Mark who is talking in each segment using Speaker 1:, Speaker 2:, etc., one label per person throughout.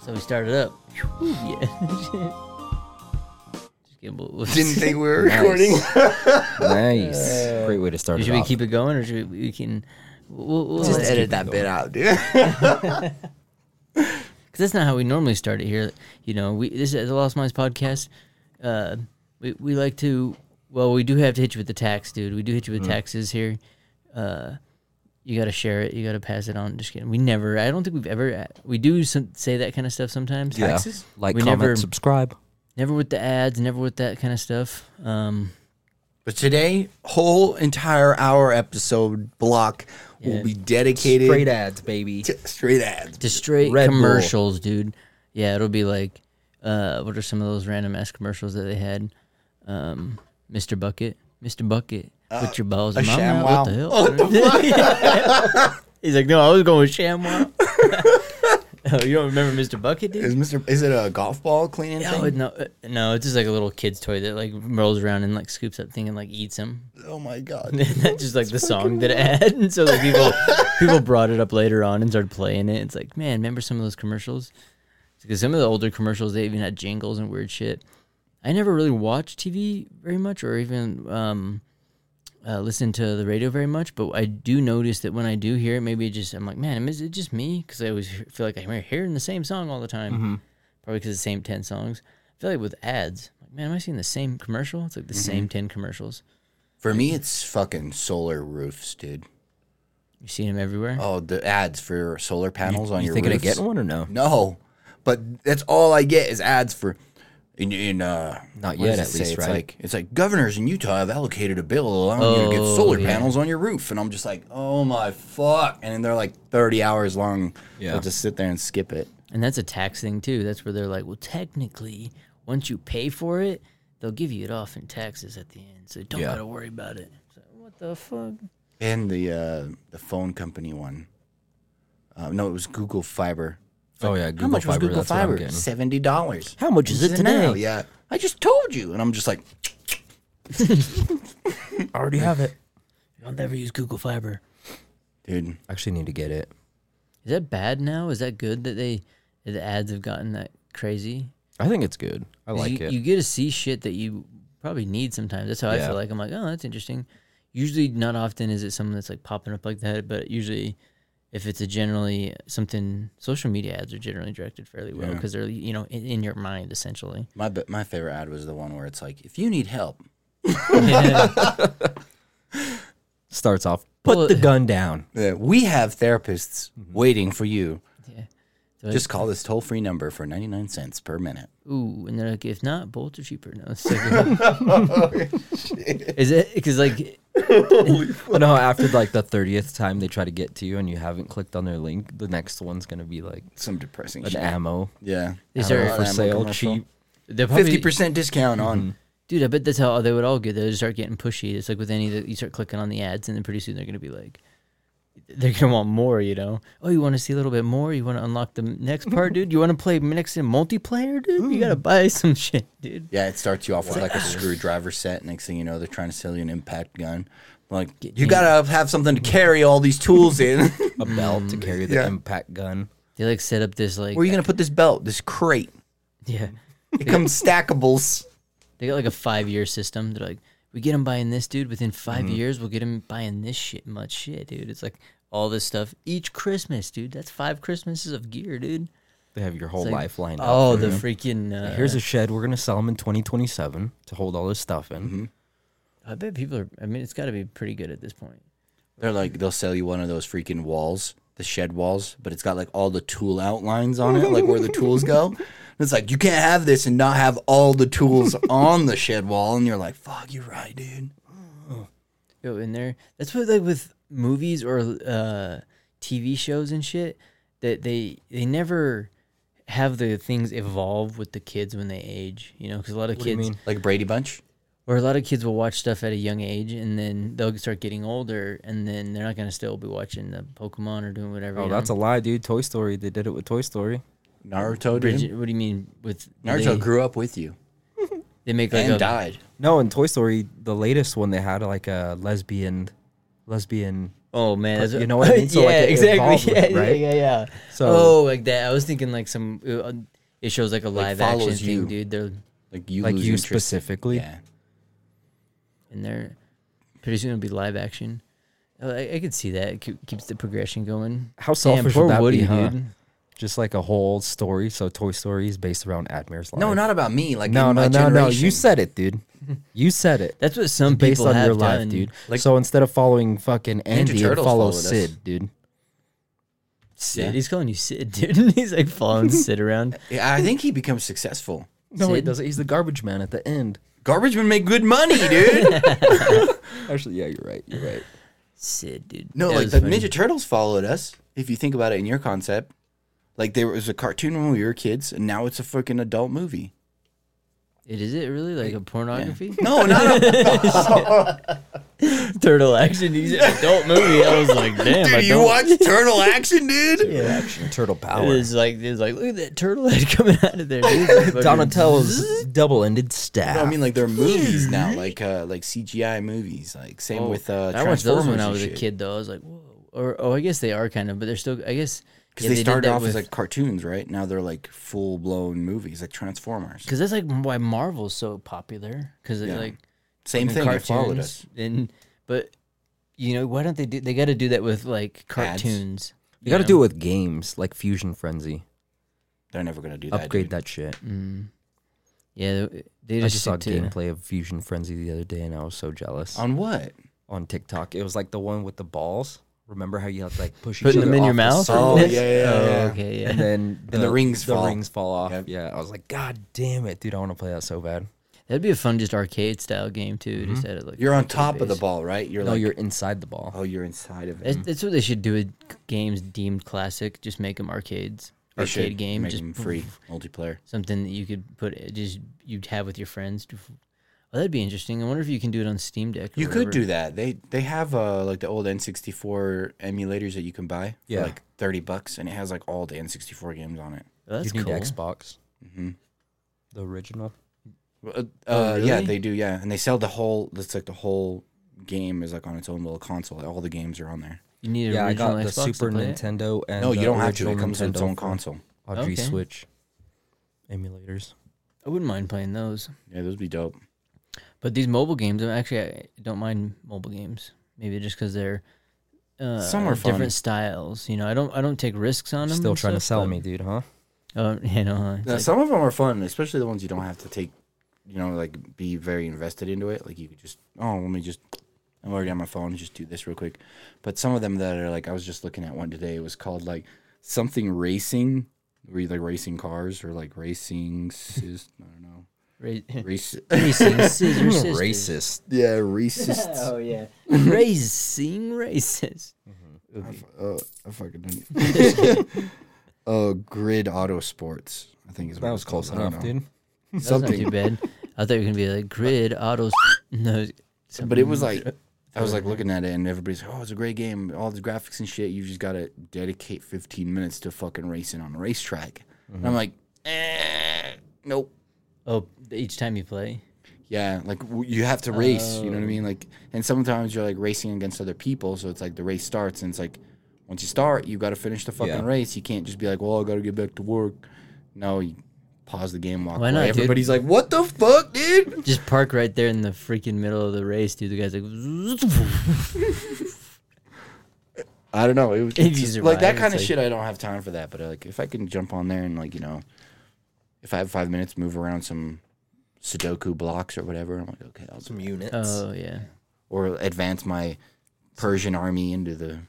Speaker 1: so we started up. Whew, yeah. Just getting bull-
Speaker 2: Didn't think we were recording.
Speaker 3: Nice. Great way to start
Speaker 1: Should
Speaker 3: it
Speaker 1: we
Speaker 3: off.
Speaker 1: keep it going, or should we, we can? We'll, we'll,
Speaker 2: Just
Speaker 1: because
Speaker 2: edit that bit out, dude.
Speaker 1: that's not how we normally start it here. You know, we this is the Lost Minds podcast. Uh, we we like to. Well, we do have to hit you with the tax, dude. We do hit you with taxes here. Uh, you got to share it. You got to pass it on. Just kidding. We never. I don't think we've ever. uh, We do some, say that kind of stuff sometimes.
Speaker 3: Yeah.
Speaker 2: Taxes?
Speaker 3: Like,
Speaker 1: We
Speaker 3: comment,
Speaker 1: never-
Speaker 3: subscribe.
Speaker 1: Never with the ads. Never with that kind of stuff. Um,
Speaker 2: But today, whole entire hour episode block will be dedicated
Speaker 3: Straight ads, baby.
Speaker 2: to straight ads.
Speaker 1: to straight
Speaker 3: Red Bull.
Speaker 1: commercials, dude. Yeah, it'll be like, uh, what are some of those random ass commercials that they had? Um, Mr. Bucket, Mr. Bucket, put your balls in
Speaker 2: Uh, a
Speaker 1: my mouth.
Speaker 2: ShamWow.
Speaker 1: What the hell? He's like, no, I was going with ShamWow. oh, you don't remember Mr. Bucket, dude?
Speaker 2: Is Mr. Is it a golf ball cleaning
Speaker 1: Oh,
Speaker 2: thing?
Speaker 1: no, uh, no, it's just like a little kid's toy that like rolls around and like scoops up thing and like eats him.
Speaker 2: Oh my god.
Speaker 1: That's just like the song that it had. And so like people people brought it up later on and started playing it. It's like, man, remember some of those commercials? Because some of the older commercials they even had jingles and weird shit. I never really watched TV very much or even um uh, listen to the radio very much, but I do notice that when I do hear it, maybe it just I'm like, man, is it just me? Because I always he- feel like I'm hearing the same song all the time, probably because it's the same ten songs. I feel like with ads, like, man, am I seeing the same commercial? It's like the same ten commercials.
Speaker 2: For me, it's fucking solar roofs, dude.
Speaker 1: You see them everywhere.
Speaker 2: Oh, the ads for solar panels on
Speaker 3: You
Speaker 2: your
Speaker 3: thinking
Speaker 2: roofs.
Speaker 3: of getting one or no?
Speaker 2: No, but that's all I get is ads for. In, in uh,
Speaker 3: Not
Speaker 2: what
Speaker 3: yet,
Speaker 2: does it
Speaker 3: at
Speaker 2: say?
Speaker 3: least,
Speaker 2: It's
Speaker 3: right?
Speaker 2: like it's like governors in Utah have allocated a bill allowing you to get
Speaker 1: Oh,
Speaker 2: solar
Speaker 1: yeah.
Speaker 2: panels on your roof, and I'm just like, oh my fuck! And then they're like 30 hours long.
Speaker 3: Yeah.
Speaker 2: I'll just sit there and skip it.
Speaker 1: And that's a tax thing too. That's where they're like, well, technically, once you pay for it, they'll give you it off in taxes at the end, so don't
Speaker 3: Yeah.
Speaker 1: gotta worry about it. It's like, what the fuck?
Speaker 2: And the uh, the phone company one. Uh, no, it was Google Fiber.
Speaker 3: Oh yeah,
Speaker 2: How much was Google
Speaker 3: that's what I'm
Speaker 2: Fiber?
Speaker 3: getting.
Speaker 2: Seventy dollars.
Speaker 3: How much is it
Speaker 2: Now,
Speaker 3: today?
Speaker 2: yeah, I just told you, and I'm just like,
Speaker 3: I already have it.
Speaker 1: I'll never use Google Fiber.
Speaker 2: dude,
Speaker 3: Actually, need to get it.
Speaker 1: Is that bad now? Is that good that they that the ads have gotten that crazy?
Speaker 3: I think it's good. I
Speaker 1: 'Cause
Speaker 3: like
Speaker 1: you,
Speaker 3: it.
Speaker 1: you get to see shit that you probably need sometimes. That's how I
Speaker 3: Yeah.
Speaker 1: feel like I'm like, oh, that's interesting. Usually, not often is it something that's like popping up like that, but usually, if it's a generally something, social media ads are generally directed fairly well because they're you know in, in your mind essentially.
Speaker 2: my b- my favorite ad was the one where it's like, if you need help,
Speaker 3: Starts off. Put
Speaker 1: Well,
Speaker 3: the gun down.
Speaker 2: Uh, we have therapists waiting for you.
Speaker 1: Yeah. So
Speaker 2: Just call this toll free number for 99 cents per minute.
Speaker 1: ooh, and they're like, if not, bolts are cheaper. No, it's like,
Speaker 3: Oh,
Speaker 1: is it because like
Speaker 3: I know after like the thirtieth time they try to get to you and you haven't clicked on their link, the next one's gonna be like
Speaker 2: Some depressing
Speaker 3: an
Speaker 2: shit.
Speaker 3: ammo.
Speaker 2: Yeah.
Speaker 1: Is
Speaker 2: Ammo
Speaker 1: there-
Speaker 3: for
Speaker 2: ammo
Speaker 3: sale,
Speaker 2: commercial.
Speaker 3: cheap.
Speaker 1: they're probably
Speaker 2: 50% discount on.
Speaker 1: Dude, I bet that's how they would all get. They just start getting pushy. It's like with any that you start clicking on the ads, and then pretty soon they're gonna be like, they're gonna want more. You know? Oh, you want to see a little bit more? You want to unlock the next part, dude? You want to play next in multiplayer, dude? You gotta buy some shit, dude.
Speaker 2: Yeah, it starts you off with like a screwdriver set. Next thing you know, they're trying to sell you an impact gun. Like, you got to have something to carry all these tools in.
Speaker 3: A belt to carry the
Speaker 2: Yeah.
Speaker 3: impact gun.
Speaker 1: They like set up this like
Speaker 2: Where are you going to put this belt, this crate?
Speaker 1: yeah.
Speaker 2: It comes stackables.
Speaker 1: They got like a five year system. They're like, we get them buying this, dude. Within 5 years, we'll get them buying this shit much shit, dude. It's like all this stuff each Christmas, dude. That's five Christmases of gear, dude.
Speaker 3: They have your whole
Speaker 1: It's like,
Speaker 3: life lined up.
Speaker 1: Oh, the freaking uh,
Speaker 3: Here's a shed we're gonna sell them in 2027 to hold all this stuff in.
Speaker 1: I bet people are. I mean, it's got to be pretty good at this point.
Speaker 2: They're like, they'll sell you one of those freaking walls, the shed walls, but it's got like all the tool outlines on it, like where the tools go. And it's like, you can't have this and not have all the tools on the shed wall. And you're like, fuck, you're right, dude.
Speaker 1: Go in there. That's what like with movies or uh, TV shows and shit that they they never have the things evolve with the kids when they age. You know, because a lot of
Speaker 3: do you
Speaker 1: kids
Speaker 3: mean?
Speaker 2: Like Brady Bunch.
Speaker 1: or a lot of kids will watch stuff at a young age and then they'll start getting older and then they're not gonna still be watching the Pokemon or doing whatever.
Speaker 3: Oh,
Speaker 1: you
Speaker 3: that's a
Speaker 1: know?
Speaker 3: lie, dude. Toy Story. They did it with Toy Story.
Speaker 2: Naruto, dude.
Speaker 1: Bridget, what do you mean with
Speaker 2: Naruto
Speaker 1: They,
Speaker 2: grew up with you
Speaker 1: they make like
Speaker 2: and
Speaker 1: a,
Speaker 2: died.
Speaker 3: No, in Toy Story, the latest one, they had like a lesbian, lesbian
Speaker 1: Oh man, that's
Speaker 3: you know what I mean? So, like,
Speaker 1: yeah,
Speaker 3: it evolved
Speaker 1: exactly.
Speaker 3: with
Speaker 1: Yeah,
Speaker 3: it, right?
Speaker 1: yeah, yeah.
Speaker 3: So-
Speaker 1: oh, like that. I was thinking like some. uh, It shows like a live action
Speaker 2: follows you.
Speaker 1: thing, dude. They're
Speaker 2: Like you
Speaker 3: like
Speaker 2: lose
Speaker 3: you
Speaker 2: interest.
Speaker 3: specifically.
Speaker 2: Yeah.
Speaker 1: in there. Pretty soon it'll be live action. Uh, I, I could see that. It keep- keeps the progression going.
Speaker 3: How selfish
Speaker 1: Damn,
Speaker 3: would
Speaker 1: poor
Speaker 3: that
Speaker 1: Woody,
Speaker 3: be, huh?
Speaker 1: dude.
Speaker 3: Just like a whole story. So Toy Story is based around Admire's life.
Speaker 2: No, not about me. Like
Speaker 3: no,
Speaker 2: in
Speaker 3: no,
Speaker 2: my
Speaker 3: no, no. You
Speaker 2: generation.
Speaker 3: said it, dude. You said it.
Speaker 1: That's what some
Speaker 3: based
Speaker 1: people
Speaker 3: on
Speaker 1: have
Speaker 3: your life,
Speaker 1: done.
Speaker 3: dude.
Speaker 2: Like-
Speaker 3: so instead of following fucking Andy, it
Speaker 2: Turtles
Speaker 3: follow
Speaker 2: followed us.
Speaker 3: Sid, dude.
Speaker 1: Sid,
Speaker 2: Yeah.
Speaker 1: he's calling you Sid, dude. He's like following Sid around.
Speaker 2: Yeah, I think he becomes successful.
Speaker 3: No,
Speaker 1: he
Speaker 3: he
Speaker 1: Sid?
Speaker 3: doesn't. He's the garbage man at the end.
Speaker 2: Garbage men make good money, dude.
Speaker 3: Actually, yeah, you're right. You're right.
Speaker 1: Sid, dude.
Speaker 2: no,
Speaker 1: That
Speaker 2: like
Speaker 1: was
Speaker 2: the
Speaker 1: funny.
Speaker 2: Ninja Turtles followed us. If you think about it in your concept, like there was a cartoon when we were kids, and now it's a freaking adult movie.
Speaker 1: It is it really like a pornography?
Speaker 2: No, not a,
Speaker 1: Turtle action. He's an adult movie. I was like, damn, I
Speaker 2: dude. You
Speaker 1: don't-
Speaker 2: watch turtle action, dude.
Speaker 3: Turtle
Speaker 1: It
Speaker 3: power.
Speaker 1: was like, it was like, look at that turtle head coming out of there. dude.
Speaker 3: Donatello's double-ended staff.
Speaker 2: No, I mean like there are movies now, like uh, like CGI movies. Like same with uh,
Speaker 1: I watched
Speaker 2: Transformers
Speaker 1: those when I
Speaker 2: and
Speaker 1: was a
Speaker 2: shit.
Speaker 1: kid, though. I was like, whoa. Or oh, I guess they are kind of, but they're still. I guess
Speaker 2: Because they, started off as like cartoons, right? Now they're like full blown movies, like Transformers.
Speaker 1: because that's like why Marvel's so popular. Because
Speaker 2: Yeah.
Speaker 1: like
Speaker 2: Same
Speaker 1: fucking
Speaker 2: thing. They followed us.
Speaker 1: cartoons and but you know why don't they do? They got to do that with like
Speaker 2: Ads.
Speaker 1: cartoons.
Speaker 3: you got to
Speaker 1: know?
Speaker 3: do it with games like Fusion Frenzy.
Speaker 2: They're never gonna do that.
Speaker 3: Upgrade
Speaker 2: dude.
Speaker 3: that shit.
Speaker 1: Mm-hmm. Yeah, they, they
Speaker 3: I
Speaker 1: just
Speaker 3: just saw
Speaker 1: stick to-
Speaker 3: gameplay of Fusion Frenzy the other day, and I was so jealous
Speaker 2: on what?
Speaker 3: on TikTok. It was like the one with the balls. Remember how you have to like push
Speaker 1: Putting
Speaker 3: each
Speaker 1: them
Speaker 3: other
Speaker 1: in
Speaker 3: off
Speaker 1: your
Speaker 3: the
Speaker 1: mouth?
Speaker 3: circle?
Speaker 2: Oh, yeah, yeah,
Speaker 1: Oh,
Speaker 2: yeah.
Speaker 1: okay, yeah.
Speaker 3: and then the,
Speaker 2: rings
Speaker 3: the
Speaker 2: fall.
Speaker 3: rings fall off.
Speaker 2: Yep.
Speaker 3: Yeah, I was like, God damn it, dude! I want to play that so bad.
Speaker 1: That'd be a fun, just arcade style game too. Just at it like
Speaker 2: You're on
Speaker 1: arcade
Speaker 2: top of the
Speaker 1: base.
Speaker 2: ball, right? You're
Speaker 3: No,
Speaker 2: like
Speaker 3: Oh, you're inside the ball.
Speaker 2: oh, you're inside of it.
Speaker 1: That's,
Speaker 3: Mm-hmm.
Speaker 1: that's what they should do with c- games deemed classic. Just make them arcades,
Speaker 2: They should
Speaker 1: arcade game,
Speaker 2: make
Speaker 1: just
Speaker 2: them free multiplayer.
Speaker 1: something that you could put it- just you'd have with your friends. Oh, that'd be interesting. I wonder if you can do it on Steam Deck. or
Speaker 2: You could
Speaker 1: whatever.
Speaker 2: do that. They they have uh, like the old N64 emulators that you can buy for
Speaker 3: Yeah.
Speaker 2: like thirty bucks, and it has like all the N64 games on it. Mm-hmm.
Speaker 1: Oh, that's
Speaker 3: you need
Speaker 1: cool.
Speaker 3: Xbox, the original.
Speaker 2: Uh,
Speaker 1: Oh,
Speaker 2: uh, Yeah,
Speaker 1: really?
Speaker 2: they do. Yeah, and they sell the whole. That's like the whole game is like on its own little console. All the games are on there.
Speaker 1: You need an
Speaker 3: Yeah, I
Speaker 1: original
Speaker 3: got the
Speaker 1: Xbox to
Speaker 3: Super
Speaker 1: play it?
Speaker 3: Nintendo and
Speaker 2: No,
Speaker 3: the
Speaker 2: you don't have to. It
Speaker 3: original
Speaker 2: comes with its
Speaker 3: Nintendo
Speaker 2: own
Speaker 3: for
Speaker 2: console.
Speaker 3: OG
Speaker 1: Okay.
Speaker 3: Switch emulators.
Speaker 1: I wouldn't mind playing those,
Speaker 2: Yeah, those would be dope.
Speaker 1: but these mobile games, I'm actually I don't mind mobile games. Maybe just because they're uh,
Speaker 2: Some are fun.
Speaker 1: different styles. You know, I don't I don't take risks on them.
Speaker 3: Still
Speaker 1: and
Speaker 3: trying to
Speaker 1: stuff,
Speaker 3: sell
Speaker 1: but-
Speaker 3: me, dude, huh?
Speaker 1: Oh, you know, huh? It's
Speaker 2: Now,
Speaker 1: like-
Speaker 2: some of them are fun, especially the ones you don't have to take, you know, like be very invested into it. Like you could just, oh, let me just, I'm already on my phone, just do this real quick. But some of them that are like, I was just looking at one today. It was called like something racing, where you like racing cars or like racing, sis, I don't know,
Speaker 1: ra-
Speaker 2: race.
Speaker 1: racing scissor sisters.
Speaker 3: Racist.
Speaker 2: yeah, racists.
Speaker 1: Oh yeah, racing racist.
Speaker 2: Uh, I fucking Oh, grid auto sports. I think is
Speaker 3: That was close enough, dude.
Speaker 1: That's not too bad. I thought you were gonna be like grid autos. No,
Speaker 2: but it was like I was like looking at it, and everybody's like, "Oh, it's a great game. All the graphics and shit. You just gotta dedicate 15 minutes to fucking racing on a racetrack." And
Speaker 1: Mm-hmm.
Speaker 2: I'm like, eh, "Nope."
Speaker 1: oh, each time you play,
Speaker 2: Yeah, like w- you have to race. You know what I
Speaker 1: Oh.
Speaker 2: mean? Like, and sometimes you're like racing against other people, so it's like the race starts, and it's like once you start, you gotta finish the fucking
Speaker 3: Yeah.
Speaker 2: race. You can't just be like, "Well, I gotta get back to work." No, you pause the game, walk
Speaker 1: Why
Speaker 2: away.
Speaker 1: not, dude?
Speaker 2: Everybody's like, "What the fuck, dude?"
Speaker 1: just park right there in the freaking middle of the race, dude. The guy's like,
Speaker 2: I don't know. It was
Speaker 1: If
Speaker 2: it's
Speaker 1: you
Speaker 2: just- like that
Speaker 1: survive,
Speaker 2: kind of
Speaker 1: it's like-
Speaker 2: shit. I don't have time for that. But uh, like, if I can jump on there and like you know, if I have five minutes, move around some Sudoku blocks or whatever, I'm like, okay, I'll,
Speaker 3: Some units.
Speaker 2: Uh,
Speaker 1: oh yeah.
Speaker 2: or advance my Persian army into the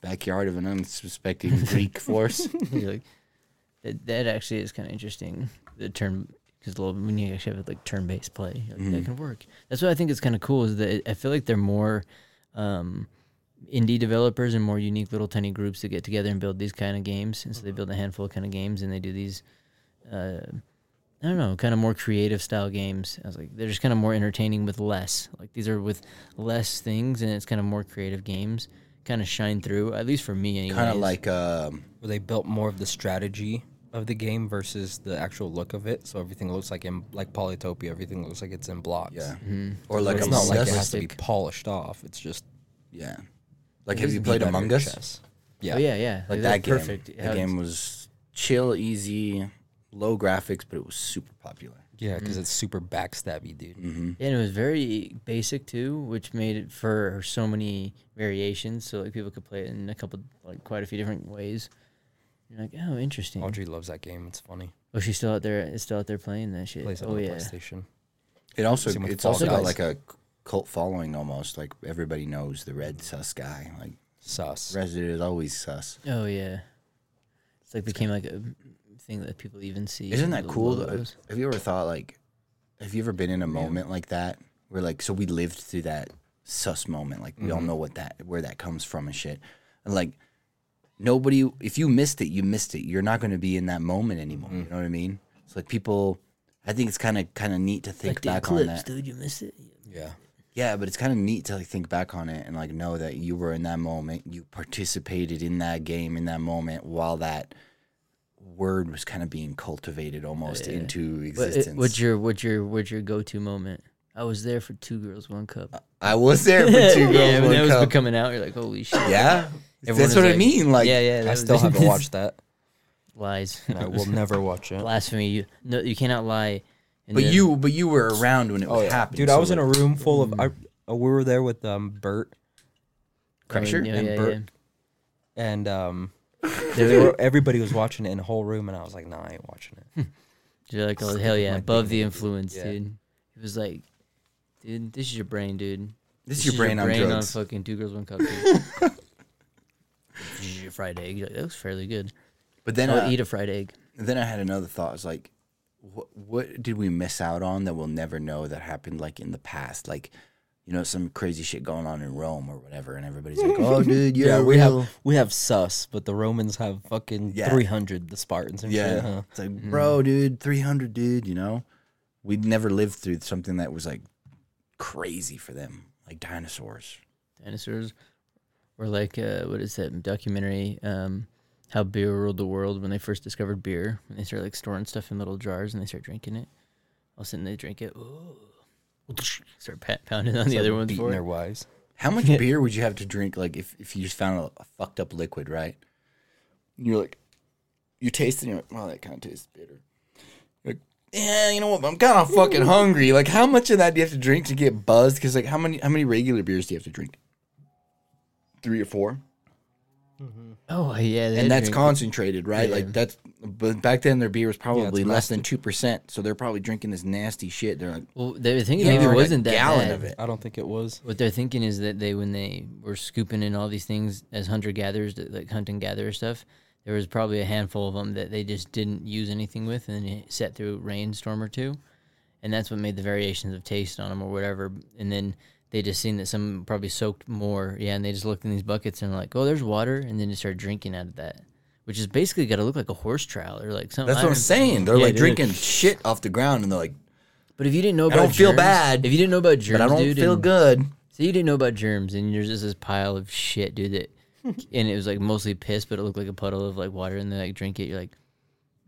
Speaker 2: backyard of an unsuspecting Greek force.
Speaker 1: You're like, that, that actually is kind of interesting. The turn because when you actually have like turn-based play, you're like, that can work. That's what I think is kind of cool. Is that I feel like they're more um, indie developers and more unique little tiny groups that get together and build these kind of games. And so they build a handful of kind of games and they do these. Uh, I don't know, kind of more creative style games. I was like, they're just kind of more entertaining with less. Like these are with less things, and it's kind of more creative games. Kind of shine through, at least for me. Anyways.
Speaker 2: kind of like um,
Speaker 3: Where they built more of the strategy of the game versus the actual look of it. So everything looks like in like Polytopia. Everything looks like it's in blocks.
Speaker 2: yeah, or like
Speaker 3: Mm-hmm. It's
Speaker 2: a
Speaker 3: not like it has
Speaker 2: Celeste.
Speaker 3: to be
Speaker 1: Realistic.
Speaker 3: polished off. It's just
Speaker 2: Yeah, Like,
Speaker 3: It
Speaker 2: have
Speaker 3: is
Speaker 2: you
Speaker 3: the
Speaker 2: played
Speaker 3: better
Speaker 2: Among Us?
Speaker 3: chess. Yeah.
Speaker 1: Oh, yeah, yeah.
Speaker 2: Like
Speaker 1: It
Speaker 2: that
Speaker 1: was
Speaker 2: game.
Speaker 1: Perfect.
Speaker 2: Perfect.
Speaker 1: How
Speaker 2: That game was chill, easy, low graphics, but it was super popular.
Speaker 3: Yeah, because
Speaker 2: Mm.
Speaker 3: it's super backstabby, dude.
Speaker 2: Mm-hmm.
Speaker 1: it's- And it was very basic too, which made it for so many variations. So like people could play it in a couple, like quite a few different ways. You're like, oh,
Speaker 2: Mm.
Speaker 1: interesting.
Speaker 3: Audrey loves that game. It's funny.
Speaker 1: Oh, she's still out there. Is still out there playing that shit.
Speaker 3: Plays it
Speaker 1: oh
Speaker 3: on the
Speaker 1: yeah.
Speaker 3: PlayStation.
Speaker 2: It also
Speaker 3: Same with
Speaker 2: it's
Speaker 3: Fall
Speaker 2: also got
Speaker 3: Guys.
Speaker 2: like a cult following almost. Like everybody knows the red sus guy. Like
Speaker 3: Sus.
Speaker 2: Resident is always sus.
Speaker 1: Oh yeah. It's like became like a thing that people even see.
Speaker 2: Isn't
Speaker 1: in
Speaker 2: that
Speaker 1: the
Speaker 2: cool? though?
Speaker 1: logos.
Speaker 2: Have you ever thought like, have you ever been in a moment like that where like, so we lived through that sus moment, like
Speaker 3: Mm-hmm.
Speaker 2: we all know what that where that comes from and shit, and like nobody, if you missed it, you missed it. You're not going to be in that moment anymore.
Speaker 3: Mm-hmm.
Speaker 2: You know what I mean? It's like people. I think it's kind of kind of neat to think
Speaker 1: Like the
Speaker 2: back on
Speaker 1: eclipse,
Speaker 2: that.
Speaker 1: dude. You missed it.
Speaker 3: Yeah.
Speaker 2: Yeah, but it's kind of neat to like think back on it and like know that you were in that moment, you participated in that game in that moment while that word was kind of being cultivated almost
Speaker 1: Yeah.
Speaker 2: into
Speaker 1: What,
Speaker 2: existence.
Speaker 1: what's your what's your what's your go to moment? I was there for two girls, one cup.
Speaker 2: I was there for Uh, two girls,
Speaker 1: yeah, when
Speaker 2: one
Speaker 1: that was
Speaker 2: cup.
Speaker 1: becoming out, you're like, holy shit.
Speaker 2: yeah,
Speaker 1: Everyone
Speaker 2: that's
Speaker 1: is
Speaker 2: what I
Speaker 1: like-
Speaker 2: mean. Like,
Speaker 1: yeah, yeah. that
Speaker 3: I
Speaker 1: was-
Speaker 3: still haven't watched that.
Speaker 1: lies.
Speaker 3: and I will never watch it.
Speaker 1: Blasphemy. You no, you cannot lie. And
Speaker 2: but
Speaker 1: then-
Speaker 2: you, but you were around when it was
Speaker 3: Oh, yeah.
Speaker 2: happening,
Speaker 3: dude. I was in a room full of. I, uh, we were there with um Bert
Speaker 2: Crusher?
Speaker 1: Yeah,
Speaker 3: and
Speaker 1: oh, yeah,
Speaker 3: Bert,
Speaker 1: yeah.
Speaker 3: and um. they were, everybody was watching it in the whole room, and I was like, "Nah, I ain't watching it."
Speaker 1: You're like, oh hell yeah,
Speaker 3: my
Speaker 1: above
Speaker 3: dignity,
Speaker 1: the
Speaker 3: dude.
Speaker 1: influence,
Speaker 3: Yeah.
Speaker 1: dude. It was like, dude, this is your brain, dude.
Speaker 2: This is your brain on drugs.
Speaker 1: on fucking two girls, one cup. Dude. this is your fried egg. You're like, that was fairly good.
Speaker 2: but then
Speaker 1: I would
Speaker 2: uh,
Speaker 1: eat a fried egg.
Speaker 2: then I had another thought. I was like, what, what did we miss out on that we'll never know that happened like in the past? Like, you know, some crazy shit going on in Rome or whatever. And everybody's like, oh, dude, yeah,
Speaker 3: we
Speaker 2: real."
Speaker 3: have we have sus, but the Romans have fucking
Speaker 2: Yeah.
Speaker 3: three hundred. The Spartans and shit.
Speaker 2: Yeah. Mm-hmm.
Speaker 3: Huh?
Speaker 2: It's like, bro, dude, 300, dude, you know? We'd never lived through something that was like crazy for them, like dinosaurs.
Speaker 1: Dinosaurs were like, uh, what is that documentary? Um, how beer ruled the world when they first discovered beer. When they started like storing stuff in little jars and they start drinking it. All of a sudden they drink it. Ooh. Start pat- pounding on the other ones
Speaker 3: beating
Speaker 1: for
Speaker 3: their
Speaker 1: it.
Speaker 3: wives.
Speaker 2: How much beer would you have to drink, like, if, if you just found a, a fucked up liquid, right? And you're like, you taste it, and you're like, well, that kind of tastes bitter. You're like, yeah, you know what? but I'm kind of fucking hungry. Like, how much of that do you have to drink to get buzzed? Because, like, how many how many regular beers do you have to drink? Three or four?
Speaker 1: Oh yeah, they
Speaker 2: and that's
Speaker 1: drink-
Speaker 2: concentrated, right?
Speaker 1: Yeah.
Speaker 2: Like that's. But back then, their beer was probably
Speaker 3: it's
Speaker 2: less than two percent, so they're probably drinking this nasty shit. They're like,
Speaker 1: Well, they were thinking
Speaker 2: Yeah,
Speaker 1: maybe
Speaker 2: like
Speaker 1: it
Speaker 2: a
Speaker 1: wasn't that
Speaker 2: gallon
Speaker 1: bad.
Speaker 2: of it.
Speaker 3: I don't think it was.
Speaker 1: What they're thinking is that they, when they were scooping in all these things as hunter gatherers, like hunt and gatherer stuff, there was probably a handful of them that they just didn't use anything with, and then it sat through a rainstorm or two, and that's what made the variations of taste on them or whatever. And then they just seen that some probably soaked more, yeah, and they just looked in these buckets and like, oh, there's water, and then just started drinking out of that, which is basically got to look like a horse trowel or like something.
Speaker 2: that's
Speaker 1: I
Speaker 2: what I'm
Speaker 1: don't-
Speaker 2: saying. They're
Speaker 1: Yeah,
Speaker 2: like
Speaker 1: dude.
Speaker 2: drinking shit off the ground, and they're like,
Speaker 1: But if you didn't know
Speaker 2: I
Speaker 1: about,
Speaker 2: don't feel
Speaker 1: germs-
Speaker 2: bad,
Speaker 1: If you didn't know about germs,
Speaker 2: but I don't
Speaker 1: dude,
Speaker 2: feel
Speaker 1: and-
Speaker 2: good.
Speaker 1: So you didn't know about germs, and there's just this pile of shit, dude. That, and it was like mostly piss, but it looked like a puddle of like water, and they like drink it. You're like,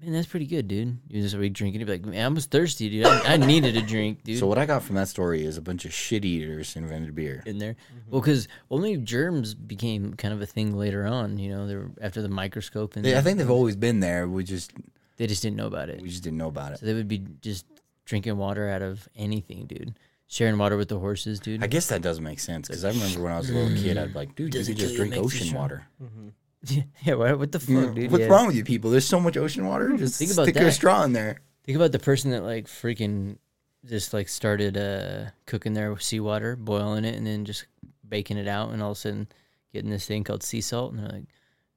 Speaker 1: man, that's pretty good, dude. You just like drinking it, be like, man, I was thirsty, dude. I, I needed a drink, dude.
Speaker 2: So what I got from that story is a bunch of shit eaters invented beer.
Speaker 1: in there, well, because only germs became kind of a thing later on. You know, they were after the microscope, and
Speaker 2: They, I
Speaker 1: they,
Speaker 2: think they've always been there. We just
Speaker 1: they just didn't know about it.
Speaker 2: we just didn't know about it.
Speaker 1: So they would be just drinking water out of anything, dude. Sharing water with the horses, dude.
Speaker 2: I guess that does make sense because I remember when I was a little kid, I'd be like, dude, you
Speaker 1: Does
Speaker 2: could
Speaker 1: it
Speaker 2: just
Speaker 1: kill you,
Speaker 2: drink
Speaker 1: makes you
Speaker 2: ocean
Speaker 1: strong?
Speaker 2: water.
Speaker 1: yeah, what, what the fuck, dude?
Speaker 2: What's
Speaker 1: Yeah.
Speaker 2: wrong with you people? There's so much ocean water. Just
Speaker 1: Think about
Speaker 2: stick a
Speaker 1: that.
Speaker 2: straw in there.
Speaker 1: Think about the person that like freaking just like started uh cooking their seawater, boiling it, and then just baking it out, and all of a sudden getting this thing called sea salt, and they're like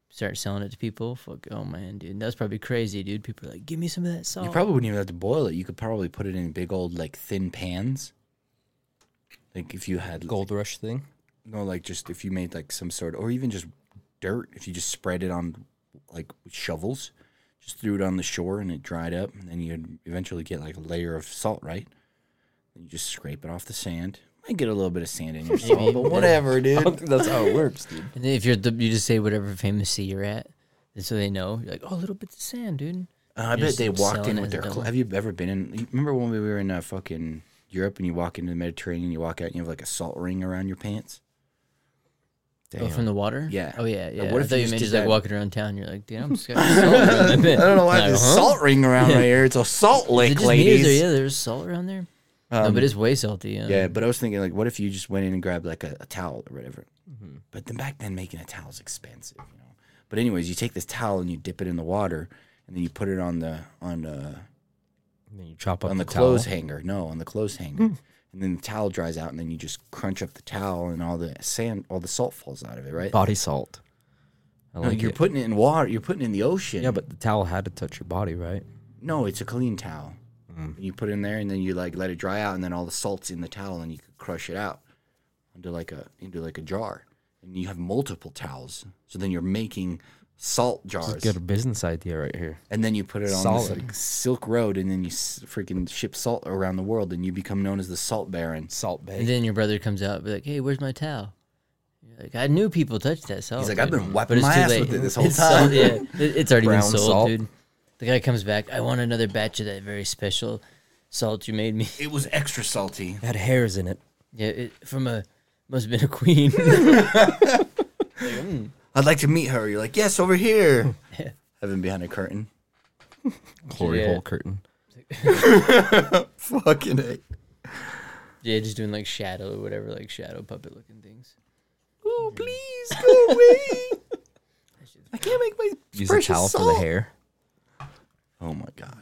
Speaker 1: start selling it to people. Fuck, oh man, dude, that's probably crazy, dude. People are like, give me some of that salt.
Speaker 2: You probably wouldn't even have to boil it. You could probably put it in big old like thin pans. Like if you had
Speaker 3: Gold Rush thing.
Speaker 2: no, like just if you made like some sort, or even just dirt. If you just spread it on like with shovels, just threw it on the shore and it dried up, and then you'd eventually get like a layer of salt, right? Then you just scrape it off the sand. Might get a little bit of sand in your salt, Uh, but whatever, dude.
Speaker 3: that's how it works, dude.
Speaker 1: and then if you're the, you just say whatever famous sea you're at, and so they know you're like, oh, a little bit of sand, dude.
Speaker 2: Uh, I
Speaker 1: You're
Speaker 2: bet they
Speaker 1: just
Speaker 2: walked
Speaker 1: selling
Speaker 2: in
Speaker 1: it
Speaker 2: with their
Speaker 1: as a
Speaker 2: clothes.
Speaker 1: dollar.
Speaker 2: Have you ever been in? you Remember when we were in uh, fucking Europe and you walk into the Mediterranean, you walk out and you have like a salt ring around your pants?
Speaker 1: Oh, from the water?
Speaker 2: Yeah.
Speaker 1: Oh, yeah, yeah.
Speaker 2: what
Speaker 1: I
Speaker 2: if
Speaker 1: thought
Speaker 2: you
Speaker 1: you meant
Speaker 2: just did
Speaker 1: just like
Speaker 2: that?
Speaker 1: walking around town. You're like, dude, I'm just got salt around that bit.
Speaker 2: I don't know why
Speaker 1: Like,
Speaker 2: there's
Speaker 1: huh?
Speaker 2: salt ring around right here. It's a salt
Speaker 1: Uh-huh. Is it
Speaker 2: lake,
Speaker 1: just me? Is there-
Speaker 2: ladies. Um,
Speaker 1: yeah, there's salt around there. no, but it's way salty. Yeah.
Speaker 2: Yeah,
Speaker 3: Um,
Speaker 2: but I was thinking like, what if you just went in and grabbed like a, a towel or whatever?
Speaker 3: Mm-hmm.
Speaker 2: But then back then, making a towel is expensive, you know. But anyways, you take this towel and you dip it in the water, and then you put it on the on uh,
Speaker 3: And then you chop up
Speaker 2: on the,
Speaker 3: towel. Hmm.
Speaker 2: clothes hanger. No, on the clothes hanger. And then the towel dries out, and then you just crunch up the towel, and all the sand, all the salt falls out of it, right?
Speaker 3: body salt. I
Speaker 2: No,
Speaker 3: like
Speaker 2: you're
Speaker 3: it.
Speaker 2: putting it in water. You're putting it in the ocean.
Speaker 3: yeah, but the towel had to touch your body, right?
Speaker 2: no, it's a clean towel.
Speaker 1: Mm.
Speaker 2: You put it in there, and then you like let it dry out, and then all the salt's in the towel, and you could crush it out into like a into like a jar. And you have multiple towels, so then you're making salt jars,
Speaker 3: Get a business idea right here.
Speaker 2: and then you put it on this,
Speaker 3: Solid.
Speaker 2: like Silk Road, and then you s- freaking ship salt around the world, and you become known as the Salt Baron.
Speaker 3: Salt
Speaker 1: And
Speaker 3: Bay.
Speaker 1: then your brother comes out, and be like, "Hey, where's my towel?" You're like, "I knew people touched that salt."
Speaker 2: He's like, "I've
Speaker 1: dude."
Speaker 2: been
Speaker 1: But
Speaker 2: wiping
Speaker 1: it's
Speaker 2: my
Speaker 1: too
Speaker 2: ass
Speaker 1: late.
Speaker 2: with it this whole
Speaker 1: It's sold-
Speaker 2: time.
Speaker 1: yeah, it- it's already
Speaker 3: Brown
Speaker 1: been sold,
Speaker 3: salt.
Speaker 1: dude. The guy comes back. I want another batch of that very special salt you made me.
Speaker 2: It was extra salty.
Speaker 3: Had hairs in it.
Speaker 1: Yeah, it, from a must have been a queen.
Speaker 2: I'd like to meet her. You're like, yes, over here. Heaven behind a curtain.
Speaker 3: Glory
Speaker 1: Yeah.
Speaker 3: hole curtain.
Speaker 2: Fucking it.
Speaker 1: yeah, just doing like shadow or whatever, like shadow puppet looking things.
Speaker 2: Oh, please go away. I can't make my
Speaker 3: Use a towel for the hair.
Speaker 2: Oh my god.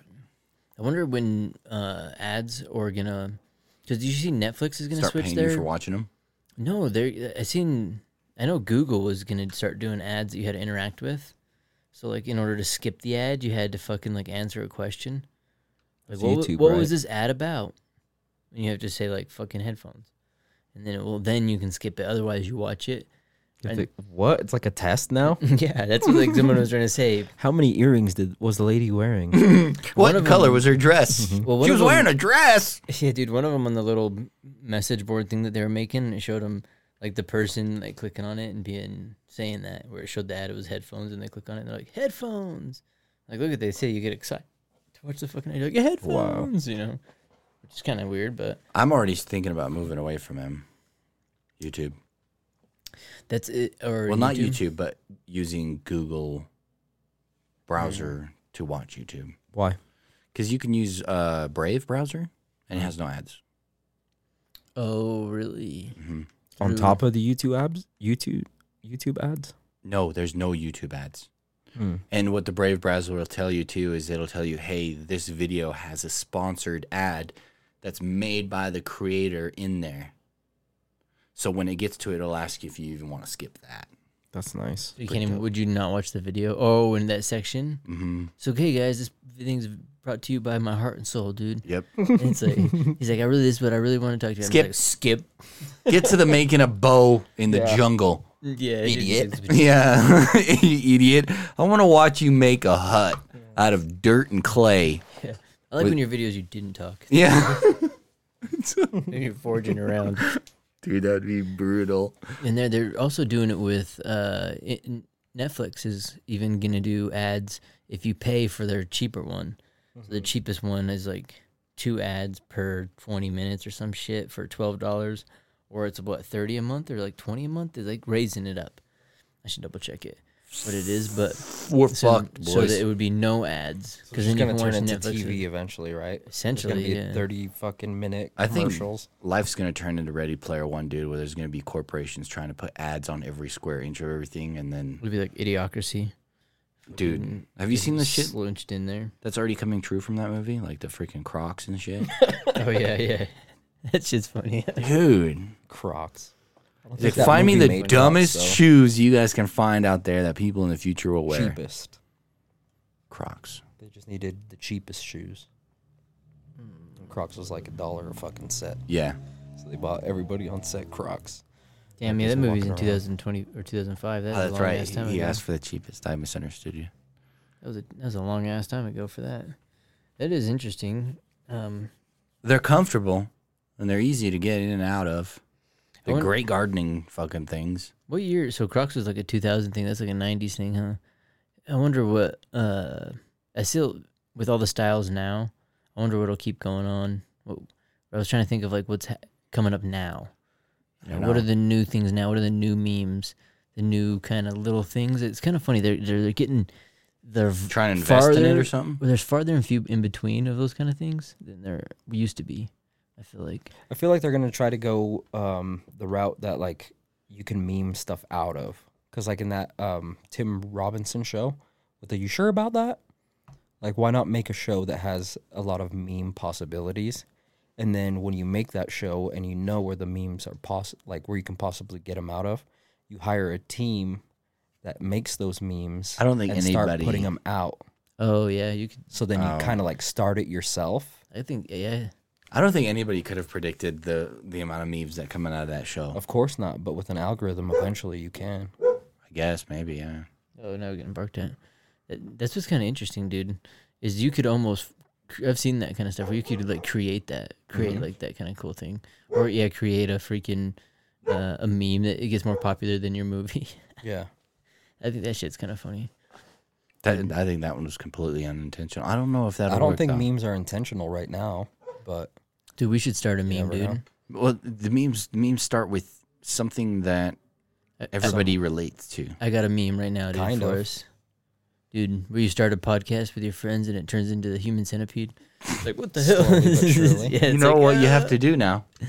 Speaker 1: I wonder when uh, ads are gonna. Because did you see Netflix is gonna
Speaker 2: Start
Speaker 1: switch
Speaker 2: paying
Speaker 1: their
Speaker 2: you for watching them.
Speaker 1: No, there. I seen. I know Google was gonna start doing ads that you had to interact with. So like, in order to skip the ad, you had to fucking like answer a question. Like,
Speaker 3: It's
Speaker 1: what, wa-
Speaker 3: YouTube,
Speaker 1: what was
Speaker 3: right?
Speaker 1: this ad about? And you have to say like fucking headphones, and then it will. Then you can skip it. Otherwise, you watch it.
Speaker 3: It's like, what? It's like a test now.
Speaker 1: yeah, that's what like someone was trying to say.
Speaker 3: How many earrings did was the lady wearing?
Speaker 1: One of color them-
Speaker 2: was her dress?
Speaker 1: Well, one She of was them- wearing
Speaker 2: a dress.
Speaker 1: Yeah, dude. One of them on the little message board thing that they were making, it showed them like the person like clicking on it and being saying that. Where it showed the ad, it was headphones, and they click on it, and they're like headphones. Like, look at they say you get excited to watch the fucking ad. You're like headphones, you know, which is kind of weird, but
Speaker 2: I'm already thinking about moving away from him. YouTube.
Speaker 1: that's it. Or
Speaker 2: Well, not YouTube, but using Google browser to watch YouTube.
Speaker 3: Why?
Speaker 2: Because you can use uh, Brave browser and it has no ads.
Speaker 1: Oh, really?
Speaker 3: On
Speaker 1: Really?
Speaker 3: top of the YouTube ads, YouTube YouTube ads.
Speaker 2: No, there's no YouTube ads.
Speaker 3: Hmm.
Speaker 2: And what the Brave browser will tell you too is it'll tell you, hey, this video has a sponsored ad that's made by the creator in there. So when it gets to it, it'll ask you if you even want to skip that.
Speaker 3: That's nice.
Speaker 1: So you can't even. Would you not watch the video? Oh, in that section.
Speaker 2: Mm-hmm.
Speaker 1: So, okay, guys, this thing's brought to you by my heart and soul, dude.
Speaker 2: Yep.
Speaker 1: And it's like he's like, I really this is what I really want to talk to you. about." I
Speaker 2: Skip.
Speaker 1: was
Speaker 2: Skip. Get to the making a bow in the jungle.
Speaker 1: like, "Mm, yeah, it didn't
Speaker 2: Idiot.
Speaker 1: exist.
Speaker 2: Yeah. You idiot. I want to watch you make a hut out of dirt and clay.
Speaker 1: Yeah. I like when your videos you didn't talk.
Speaker 2: Yeah.
Speaker 1: You're forging around.
Speaker 2: Dude, that'd be brutal.
Speaker 1: And they're they're also doing it with uh, it, Netflix is even gonna do ads if you pay for their cheaper one. So
Speaker 3: Mm-hmm.
Speaker 1: the cheapest one is like two ads per twenty minutes or some shit for twelve dollars, or it's what thirty a month or like twenty a month. They're like raising it up. I should double check it what it is, but
Speaker 2: We're
Speaker 1: so,
Speaker 2: fucked, boys.
Speaker 1: so that it would be no ads because then you can watch Netflix.
Speaker 3: eventually, right?
Speaker 1: Essentially, yeah.
Speaker 3: thirty fucking minute
Speaker 2: I think life's going to turn into Ready Player One, dude, where there's going to be corporations trying to put ads on every square inch of everything. And then,
Speaker 1: It would be like Idiocracy.
Speaker 2: dude, have you seen the shit
Speaker 1: launched in there?
Speaker 2: that's already coming true from that movie? Like the freaking Crocs and shit?
Speaker 1: Oh yeah, yeah. That shit's funny.
Speaker 2: dude.
Speaker 3: Crocs. I don't
Speaker 2: He's like,
Speaker 3: think that
Speaker 2: find me
Speaker 3: movie
Speaker 2: the
Speaker 3: made
Speaker 2: dumbest
Speaker 3: Crocs,
Speaker 2: shoes you guys can find out there that people in the future will
Speaker 3: though.
Speaker 2: wear.
Speaker 3: cheapest.
Speaker 2: Crocs.
Speaker 3: They just needed the cheapest shoes.
Speaker 2: Mm.
Speaker 3: And Crocs was like a dollar a fucking set,
Speaker 2: Yeah.
Speaker 3: so they bought everybody on set Crocs.
Speaker 1: Damn, yeah, that
Speaker 3: Just
Speaker 1: movie's in
Speaker 3: walking around.
Speaker 1: 2020 or 2005. That was
Speaker 2: Oh,
Speaker 1: a
Speaker 2: that's
Speaker 1: long
Speaker 2: right.
Speaker 1: ass
Speaker 2: He-
Speaker 1: time
Speaker 2: He
Speaker 1: ago.
Speaker 2: asked for the cheapest. I misunderstood you.
Speaker 1: That was a that was a long ass time ago for that. That is interesting. Um,
Speaker 2: They're comfortable and they're easy to get in and out of. They're
Speaker 1: wonder-
Speaker 2: great gardening fucking things.
Speaker 1: what year? So Crocs was like a 2000 thing. That's like a 90s thing, huh? I wonder what. Uh, I still with all the styles now. I wonder what'll keep going on. What, I was trying to think of like what's ha- coming up now.
Speaker 2: I don't
Speaker 1: What
Speaker 2: know.
Speaker 1: are the new things now? What are the new memes the new kind of little things. It's kind of funny. They're they're, they're getting they're v-
Speaker 2: Trying to invest in it
Speaker 1: farther-
Speaker 2: or something?
Speaker 1: There's farther and few in between of those kind of things than there used to be. I feel like
Speaker 3: I feel like they're gonna try to go um, the route that like you can meme stuff out of, because like in that um, Tim Robinson show, with the "You sure about that?" Like, why not make a show that has a lot of meme possibilities, and then when you make that show and you know where the memes are poss like where you can possibly get them out of, you hire a team that makes those memes.
Speaker 2: I don't think
Speaker 3: and start
Speaker 2: anybody-
Speaker 3: putting them out.
Speaker 1: oh yeah, you could.
Speaker 3: So then
Speaker 2: Oh.
Speaker 3: you kind of like start it yourself.
Speaker 1: I think yeah.
Speaker 2: I don't think anybody could have predicted the the amount of memes that coming out of that show.
Speaker 3: Of course not, but with an algorithm, eventually you can.
Speaker 2: I guess maybe yeah.
Speaker 1: Oh no, getting barked at. That, that's what's kind of interesting, dude. Is you could almost I've seen that kind of stuff where you could like create that, create like that kind of cool thing, or yeah, create a freaking uh, a meme that it gets more popular than your movie.
Speaker 3: Yeah.
Speaker 1: I think that shit's kind of funny.
Speaker 2: That, I think that one was completely unintentional. I don't know if that.
Speaker 3: I don't think memes are intentional right now, but
Speaker 1: Dude, we should start a meme,
Speaker 3: never
Speaker 1: dude.
Speaker 3: know.
Speaker 2: Well, the memes the memes start with something that
Speaker 1: I-
Speaker 2: everybody relates to.
Speaker 1: I, I got a meme right now, dude,
Speaker 3: Kind
Speaker 1: for
Speaker 3: of.
Speaker 1: us. Dude, where you start a podcast with your friends and it turns into the human centipede. It's like, what the hell?
Speaker 3: Slowly but surely.
Speaker 1: yeah,
Speaker 2: you
Speaker 1: it's
Speaker 2: know
Speaker 1: like,
Speaker 2: what you have
Speaker 1: ah.
Speaker 2: to do now.
Speaker 1: Oh,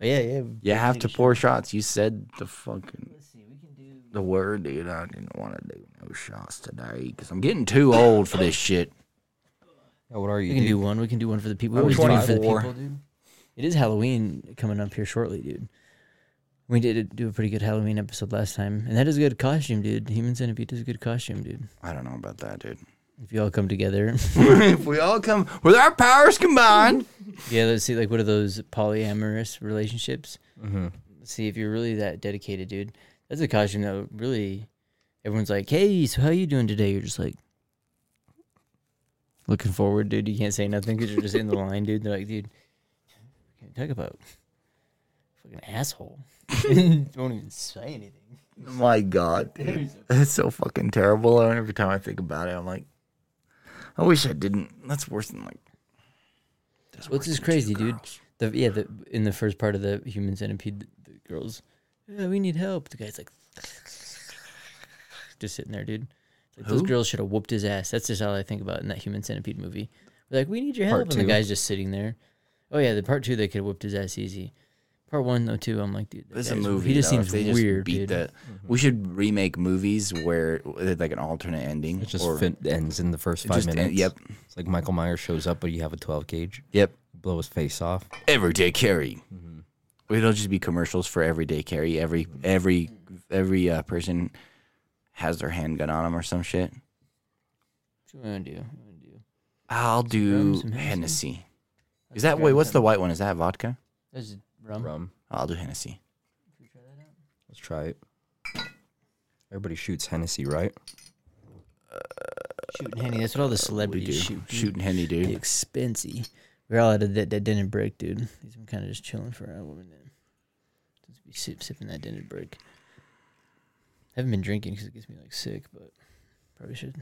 Speaker 1: Yeah, yeah.
Speaker 2: You have to
Speaker 1: Take a
Speaker 2: pour shots. You said the fucking
Speaker 1: Let's see, we can do.
Speaker 2: the word, dude. I didn't want to do no shots today because I'm getting too old for this shit.
Speaker 3: Yeah, what are
Speaker 1: We
Speaker 3: you?
Speaker 1: can
Speaker 3: dude?
Speaker 1: do one. We can do one for the people.
Speaker 2: I'm
Speaker 1: We're doing it for the
Speaker 2: 24.
Speaker 1: people, dude. It is Halloween coming up here shortly, dude. We did do a pretty good Halloween episode last time, and that is a good costume, dude. Human centipede is a good costume, dude.
Speaker 2: I don't know about that, dude.
Speaker 1: If you all come together,
Speaker 2: if we all come with our powers combined,
Speaker 1: yeah. Let's see, like, what are those polyamorous relationships?
Speaker 2: Mm-hmm.
Speaker 1: Let's see if you're really that dedicated, dude. That's a costume that would really everyone's like, "Hey, so how you doing today?" You're just like looking forward, dude. You can't say nothing because you're just in the line, dude. They're like, "Dude, can't talk about fucking asshole." Don't even say anything.
Speaker 2: my God, dude, it's so fucking terrible. And every time I think about it, I'm like, I wish I didn't. That's worse than like. that's
Speaker 1: Well, it's
Speaker 2: worse
Speaker 1: just
Speaker 2: than two
Speaker 1: crazy, dude.
Speaker 2: girls.
Speaker 1: The, yeah, the, in the first part of the human centipede, the, the girls, yeah, we need help. The guy's like, just sitting there, dude. It's Like, those
Speaker 2: Who?
Speaker 1: girls should have whooped his ass. That's just all I think about in that human centipede movie. They're like, we need your help,
Speaker 3: Part
Speaker 1: and the
Speaker 3: two.
Speaker 1: guy's just sitting there. Oh yeah, the part two they could have whooped his ass easy. Part one though too, I'm like, dude, that
Speaker 2: It's a
Speaker 1: guy's-
Speaker 2: movie.
Speaker 1: He just
Speaker 2: though. If
Speaker 1: seems
Speaker 2: they
Speaker 1: weird,
Speaker 2: beat
Speaker 1: dude.
Speaker 2: that-
Speaker 3: Mm-hmm.
Speaker 2: We should remake movies where with, like an alternate ending.
Speaker 3: It just
Speaker 2: or-
Speaker 3: fin- ends in the first
Speaker 2: it
Speaker 3: five
Speaker 2: just en-
Speaker 3: minutes.
Speaker 2: yep,
Speaker 3: It's like Michael Myers shows up, but you have a 12 gauge,
Speaker 2: yep. Mm-hmm.
Speaker 3: blow his face off.
Speaker 2: Everyday carry. It'll just be commercials for everyday carry. Every every every uh, person has their handgun on them or some shit.
Speaker 1: What do you wanna do? What do you wanna do?
Speaker 2: I'll do
Speaker 1: some Hennessy.
Speaker 2: Hennessy. Is that wait? What's the white one? Is that vodka?
Speaker 1: That's rum.
Speaker 3: Rum.
Speaker 2: I'll do Hennessy.
Speaker 3: Let's try it. Everybody shoots Hennessy, right?
Speaker 1: Shooting Henny. That's what all the
Speaker 2: We
Speaker 1: celebrities
Speaker 2: do
Speaker 1: shoot. dude.
Speaker 2: shooting Henny, dude.
Speaker 1: Expensive. We're all out of that, that dinner break, dude. These been kind of just chilling for a woman. Just be sip, sipping that dinner break. haven't been drinking because it gets me like sick, but probably should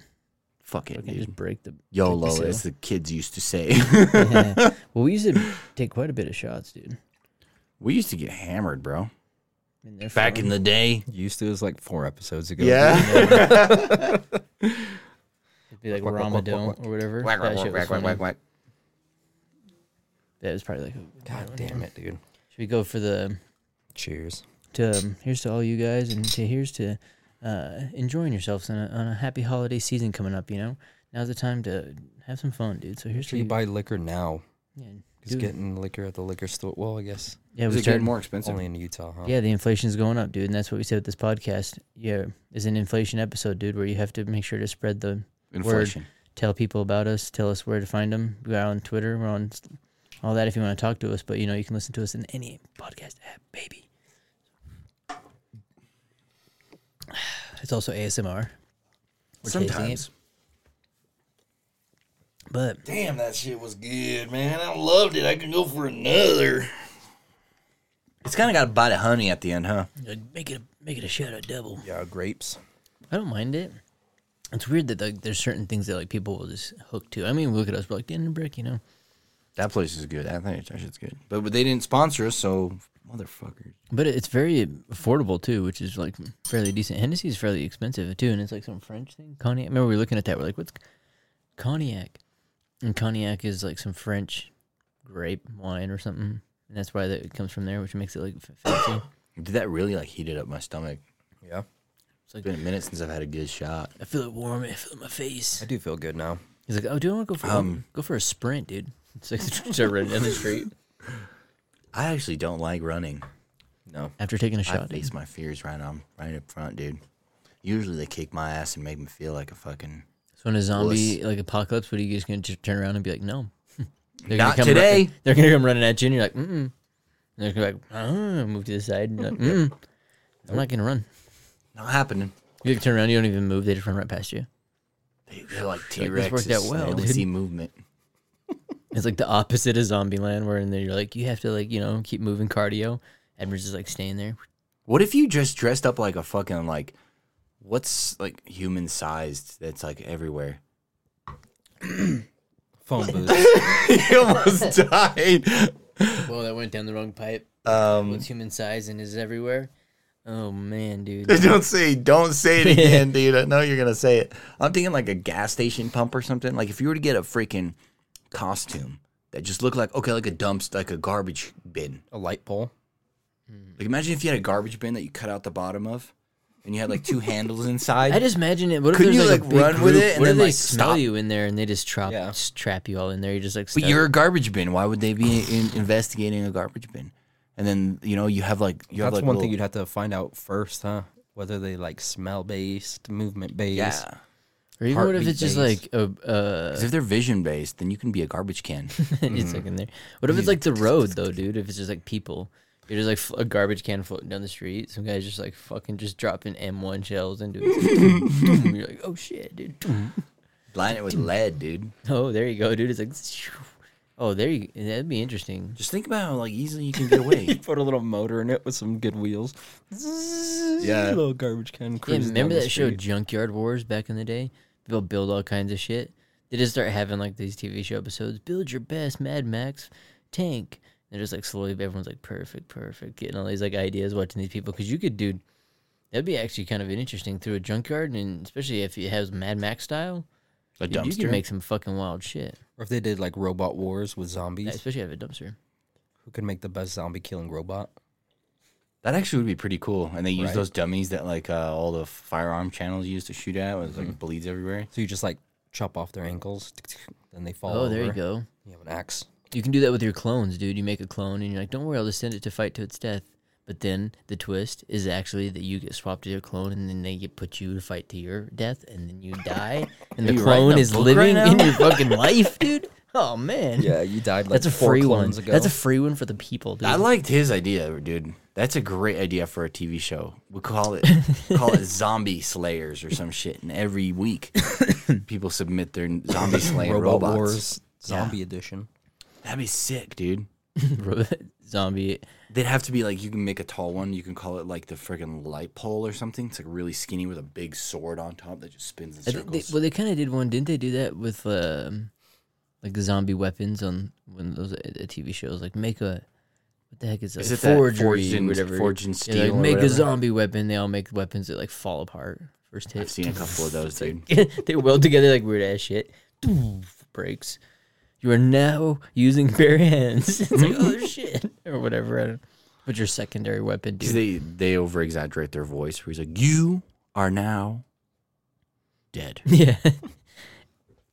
Speaker 2: Fuck it,
Speaker 1: fucking
Speaker 2: dude.
Speaker 1: just break the.
Speaker 2: YOLO,
Speaker 1: so.
Speaker 2: as the kids used to say.
Speaker 1: well, we used to take quite a bit of shots, dude.
Speaker 2: we used to get hammered, bro.
Speaker 1: In there
Speaker 2: Back in the day.
Speaker 3: Used to it was like four episodes ago.
Speaker 1: it'd be like
Speaker 3: Whack, whack, whack,
Speaker 1: Ramadan
Speaker 3: whack,
Speaker 1: or whatever.
Speaker 2: Whack,
Speaker 1: that
Speaker 2: whack,
Speaker 1: shit was
Speaker 2: whack, whack,
Speaker 1: funny.
Speaker 2: whack, whack.
Speaker 1: That was probably like.
Speaker 3: God damn it, dude.
Speaker 1: Should we go for the
Speaker 3: Cheers.
Speaker 1: to um, here's to all you guys and to here's to uh, enjoying yourselves on a, on a happy holiday season coming up you know now's the time to have some fun dude so here's
Speaker 3: Should
Speaker 1: to
Speaker 3: you
Speaker 1: you
Speaker 3: buy liquor now?
Speaker 1: yeah,
Speaker 3: Because
Speaker 1: dude.
Speaker 3: getting liquor at the liquor store, well, I guess
Speaker 1: yeah
Speaker 2: Is
Speaker 1: we
Speaker 2: it getting
Speaker 1: started
Speaker 2: more expensive?
Speaker 3: only in Utah, huh?
Speaker 1: yeah the inflation's going up dude and that's what we said with this podcast yeah is an inflation episode dude where you have to make sure to spread the
Speaker 2: Inflation.
Speaker 1: tell people about us tell us where to find them we're on twitter we're on s- all that if you want to talk to us but you know you can listen to us in any podcast app baby it's also asmr We're tasting it. But
Speaker 2: Damn, that shit was good, man. I loved it. I could go for another. It's kind of got a bite of honey at the end, huh?
Speaker 1: make it make it a shot at double.
Speaker 3: Yeah, grapes.
Speaker 1: I don't mind it. It's weird that like there's certain things that like people will just hook to. I mean, look at us, we're like dinner break, you know.
Speaker 2: That place is good. I think that shit's good. But, but they didn't sponsor us, so Motherfuckers.
Speaker 1: But it's very affordable too, which is like fairly decent. Hennessy is fairly expensive too, and it's like some French thing. Cognac. Remember we were looking at that. We're like, what's cognac? And cognac is like some French grape wine or something, and that's why that it comes from there, which makes it like f- fancy.
Speaker 2: Did that really like heated up my stomach?
Speaker 3: Yeah.
Speaker 2: It's been a minute since I've had a good shot.
Speaker 1: I feel it warm. I feel it in my face.
Speaker 3: I do feel good now.
Speaker 1: He's like, oh, do I want to go for
Speaker 2: Um,
Speaker 1: go for a sprint, dude? It's like start running down the street
Speaker 2: I actually don't like running.
Speaker 3: No.
Speaker 1: after taking a
Speaker 2: I
Speaker 1: shot.
Speaker 2: face my fears right on right up front, dude. Usually they kick my ass and make me feel like a fucking
Speaker 1: So in a zombie like apocalypse, what are you just gonna just turn around and be like, no? They're
Speaker 2: Not
Speaker 1: come
Speaker 2: today.
Speaker 1: run- they're gonna come running at you, and you're like, mm. And they're gonna be like, oh, move to the side. And you're like, mm, I'm not gonna run.
Speaker 2: not happening.
Speaker 1: You like, turn around, you don't even move. They just run right past you.
Speaker 2: They- They're like T
Speaker 1: this worked
Speaker 2: Rexes.
Speaker 1: out well,
Speaker 2: they only
Speaker 1: dude.
Speaker 2: see movement.
Speaker 1: It's like the opposite of zombie land, where and then you're like, you have to like you know keep moving cardio. Edward's just like staying there.
Speaker 2: What if you just dressed up like a fucking like what's like human sized that's like everywhere?
Speaker 3: Phone booth.
Speaker 2: he almost died.
Speaker 1: Well, that went down the wrong pipe.
Speaker 2: Um
Speaker 1: It's human size and is everywhere. Oh man, dude.
Speaker 2: don't say don't say it again, dude. I know you're gonna say it. I'm thinking like a gas station pump or something. Like if you were to get a freaking costume that just looked like okay, like a dumpster like a garbage bin.
Speaker 3: a light pole.
Speaker 2: Like imagine if you had a garbage bin that you cut out the bottom of and you had like two handles inside.
Speaker 1: I just imagine it. What
Speaker 2: Couldn't
Speaker 1: if there's
Speaker 2: you,
Speaker 1: like,
Speaker 2: like,
Speaker 1: a big
Speaker 2: run with
Speaker 1: group?
Speaker 2: it and
Speaker 1: what
Speaker 2: then,
Speaker 1: if they
Speaker 2: like,
Speaker 1: smell
Speaker 2: stop?
Speaker 1: you in there and they just trap
Speaker 3: Yeah.
Speaker 1: just trap you all in there? You're just like,
Speaker 2: But
Speaker 1: stuck.
Speaker 2: you're a garbage bin. Why would they be in investigating a garbage bin? And then you know you have like you have
Speaker 3: That's
Speaker 2: like
Speaker 3: one
Speaker 2: little-
Speaker 3: thing you'd have to find out first, huh? Whether they like smell based, movement based.
Speaker 2: yeah.
Speaker 1: or even what if
Speaker 3: heartbeat
Speaker 1: it's just
Speaker 3: things.
Speaker 1: like a uh,
Speaker 2: 'Cause if they're vision based, then you can be a garbage can.
Speaker 1: it's like in there. What if it's like the road though, dude? If it's just like people, you're just like fl- a garbage can floating down the street. Some guy's just like fucking just dropping M1 shells into it. you're like, oh shit, dude.
Speaker 2: Line it with lead, dude.
Speaker 1: Oh, there you go, dude. It's like, oh, there you. That'd be interesting.
Speaker 2: Just think about how like easily you can get away.
Speaker 3: Put a little motor in it with some good wheels.
Speaker 2: Yeah.
Speaker 3: Little garbage can.
Speaker 1: Yeah,
Speaker 3: cruising
Speaker 1: remember
Speaker 3: down the
Speaker 1: that show
Speaker 3: street.
Speaker 1: Junkyard Wars back in the day? People build all kinds of shit. They just start having like these TV show episodes. Build your best Mad Max tank. And they're just like slowly, everyone's like perfect, perfect, getting all these like ideas, watching these people. Because you could, do that'd be actually kind of interesting through a junkyard, and especially if it has Mad Max style,
Speaker 2: a
Speaker 1: dude, you
Speaker 2: dumpster.
Speaker 1: could make some fucking wild shit.
Speaker 3: Or if they did like robot wars with zombies,
Speaker 1: Yeah, especially out of a dumpster.
Speaker 3: who can make the best zombie killing robot?
Speaker 2: That actually would be pretty cool. And they use
Speaker 3: Right.
Speaker 2: those dummies that like uh, all the firearm channels use to shoot at with
Speaker 1: Mm-hmm.
Speaker 2: like bleeds everywhere.
Speaker 3: So you just like chop off their ankles, then they fall.
Speaker 1: Oh, there you
Speaker 3: over.
Speaker 1: go.
Speaker 3: You have an axe.
Speaker 1: You can do that with your clones, dude. You make a clone and you're like, don't worry, I'll just send it to fight to its death. But then the twist is actually that you get swapped to your clone and then they get put you to fight to your death and then you die and the
Speaker 2: you writing
Speaker 1: clone
Speaker 2: a
Speaker 1: is
Speaker 2: book right
Speaker 1: living in
Speaker 2: now?
Speaker 1: your fucking life, dude. Oh man.
Speaker 3: you died. Like
Speaker 1: That's a free one.
Speaker 3: clones ago.
Speaker 1: That's a free one for the people, dude.
Speaker 2: I liked his idea, dude. That's a great idea for a TV show. We call it call it Zombie Slayers or some shit. And every week, people submit their zombie slayer
Speaker 3: robot
Speaker 2: robots.
Speaker 3: wars zombie edition.
Speaker 2: That'd be sick, dude.
Speaker 1: Zombie.
Speaker 2: They'd have to be like you can make a tall one. You can call it like the friggin' light pole or something. It's like really skinny with a big sword on top that just spins in
Speaker 1: I think they,
Speaker 2: circles.
Speaker 1: well, they kind of did one, didn't they? Do that with um, like zombie weapons on one of those uh, TV shows, like make a what the heck is that?
Speaker 2: Is it that
Speaker 1: forgery,
Speaker 2: forged in-
Speaker 1: whatever?
Speaker 2: forged in
Speaker 1: Yeah,
Speaker 2: steel
Speaker 1: like,
Speaker 2: or
Speaker 1: make a
Speaker 2: whatever?
Speaker 1: zombie weapon. They all make weapons that like fall apart first
Speaker 2: I've
Speaker 1: hit.
Speaker 2: seen a couple of those, dude.
Speaker 1: they weld together like weird ass shit. Breaks. You are now using bare hands. it's like oh shit or whatever. I don't. But your secondary weapon, dude.
Speaker 2: They they over exaggerate their voice. Where he's like, "You are now dead."
Speaker 1: Yeah.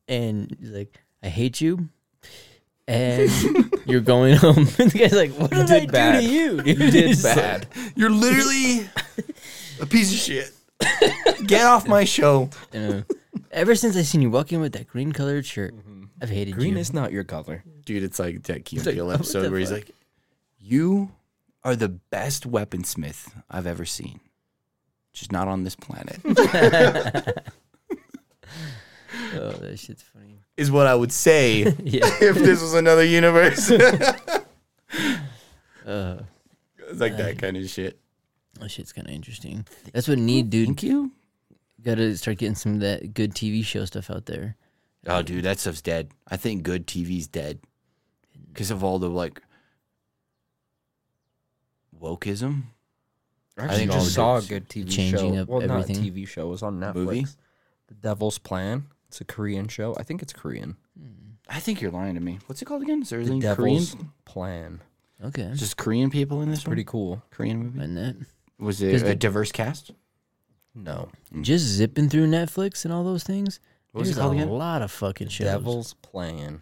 Speaker 1: And he's like, I hate you. And you're going home. and the guy's like, What did, I
Speaker 3: did bad.
Speaker 1: do to you? You did bad.
Speaker 2: You're literally a piece of shit. Get off my show.
Speaker 1: ever since I seen you walk in with that green colored shirt, I've hated
Speaker 3: Green
Speaker 1: you.
Speaker 3: is not your color.
Speaker 2: Dude, it's like that Key and
Speaker 1: like,
Speaker 2: Peele
Speaker 1: what
Speaker 2: episode
Speaker 1: the
Speaker 2: where he's
Speaker 1: fuck?
Speaker 2: like, You are the best weaponsmith I've ever seen. Just not on this planet.
Speaker 1: oh, that shit's funny.
Speaker 2: is what I would say
Speaker 1: Yeah.
Speaker 2: if this was another universe. it's
Speaker 1: Uh,
Speaker 2: like that kind of shit.
Speaker 1: that shit's kind of interesting. That's what need, dude.
Speaker 2: Thank you.
Speaker 1: Got to start getting some of that good TV show stuff out there.
Speaker 2: Oh, dude, that stuff's dead. I think good TV's dead because of all the like wokeism.
Speaker 3: I
Speaker 2: think all
Speaker 3: just
Speaker 2: the
Speaker 3: saw a
Speaker 2: dudes-
Speaker 3: good TV
Speaker 1: changing
Speaker 3: show.
Speaker 1: of
Speaker 3: well,
Speaker 1: everything.
Speaker 3: not a TV show. It was on Netflix.
Speaker 2: Movie?
Speaker 3: The Devil's Plan. It's a Korean show. I think it's Korean.
Speaker 2: I think you're lying to me. What's it called again? Is there
Speaker 3: The
Speaker 2: any Korean?
Speaker 3: Devil's Plan.
Speaker 1: Okay.
Speaker 2: Just Korean people in this
Speaker 3: Pretty
Speaker 2: one?
Speaker 3: cool.
Speaker 2: Korean movie.
Speaker 1: And that.
Speaker 2: Was it
Speaker 1: Does
Speaker 2: a
Speaker 1: the-
Speaker 2: diverse cast?
Speaker 3: No.
Speaker 1: Just zipping through Netflix and all those things.
Speaker 2: Mm. What was it
Speaker 1: There's a
Speaker 2: called again?
Speaker 1: lot of fucking shows.
Speaker 3: Devil's Plan.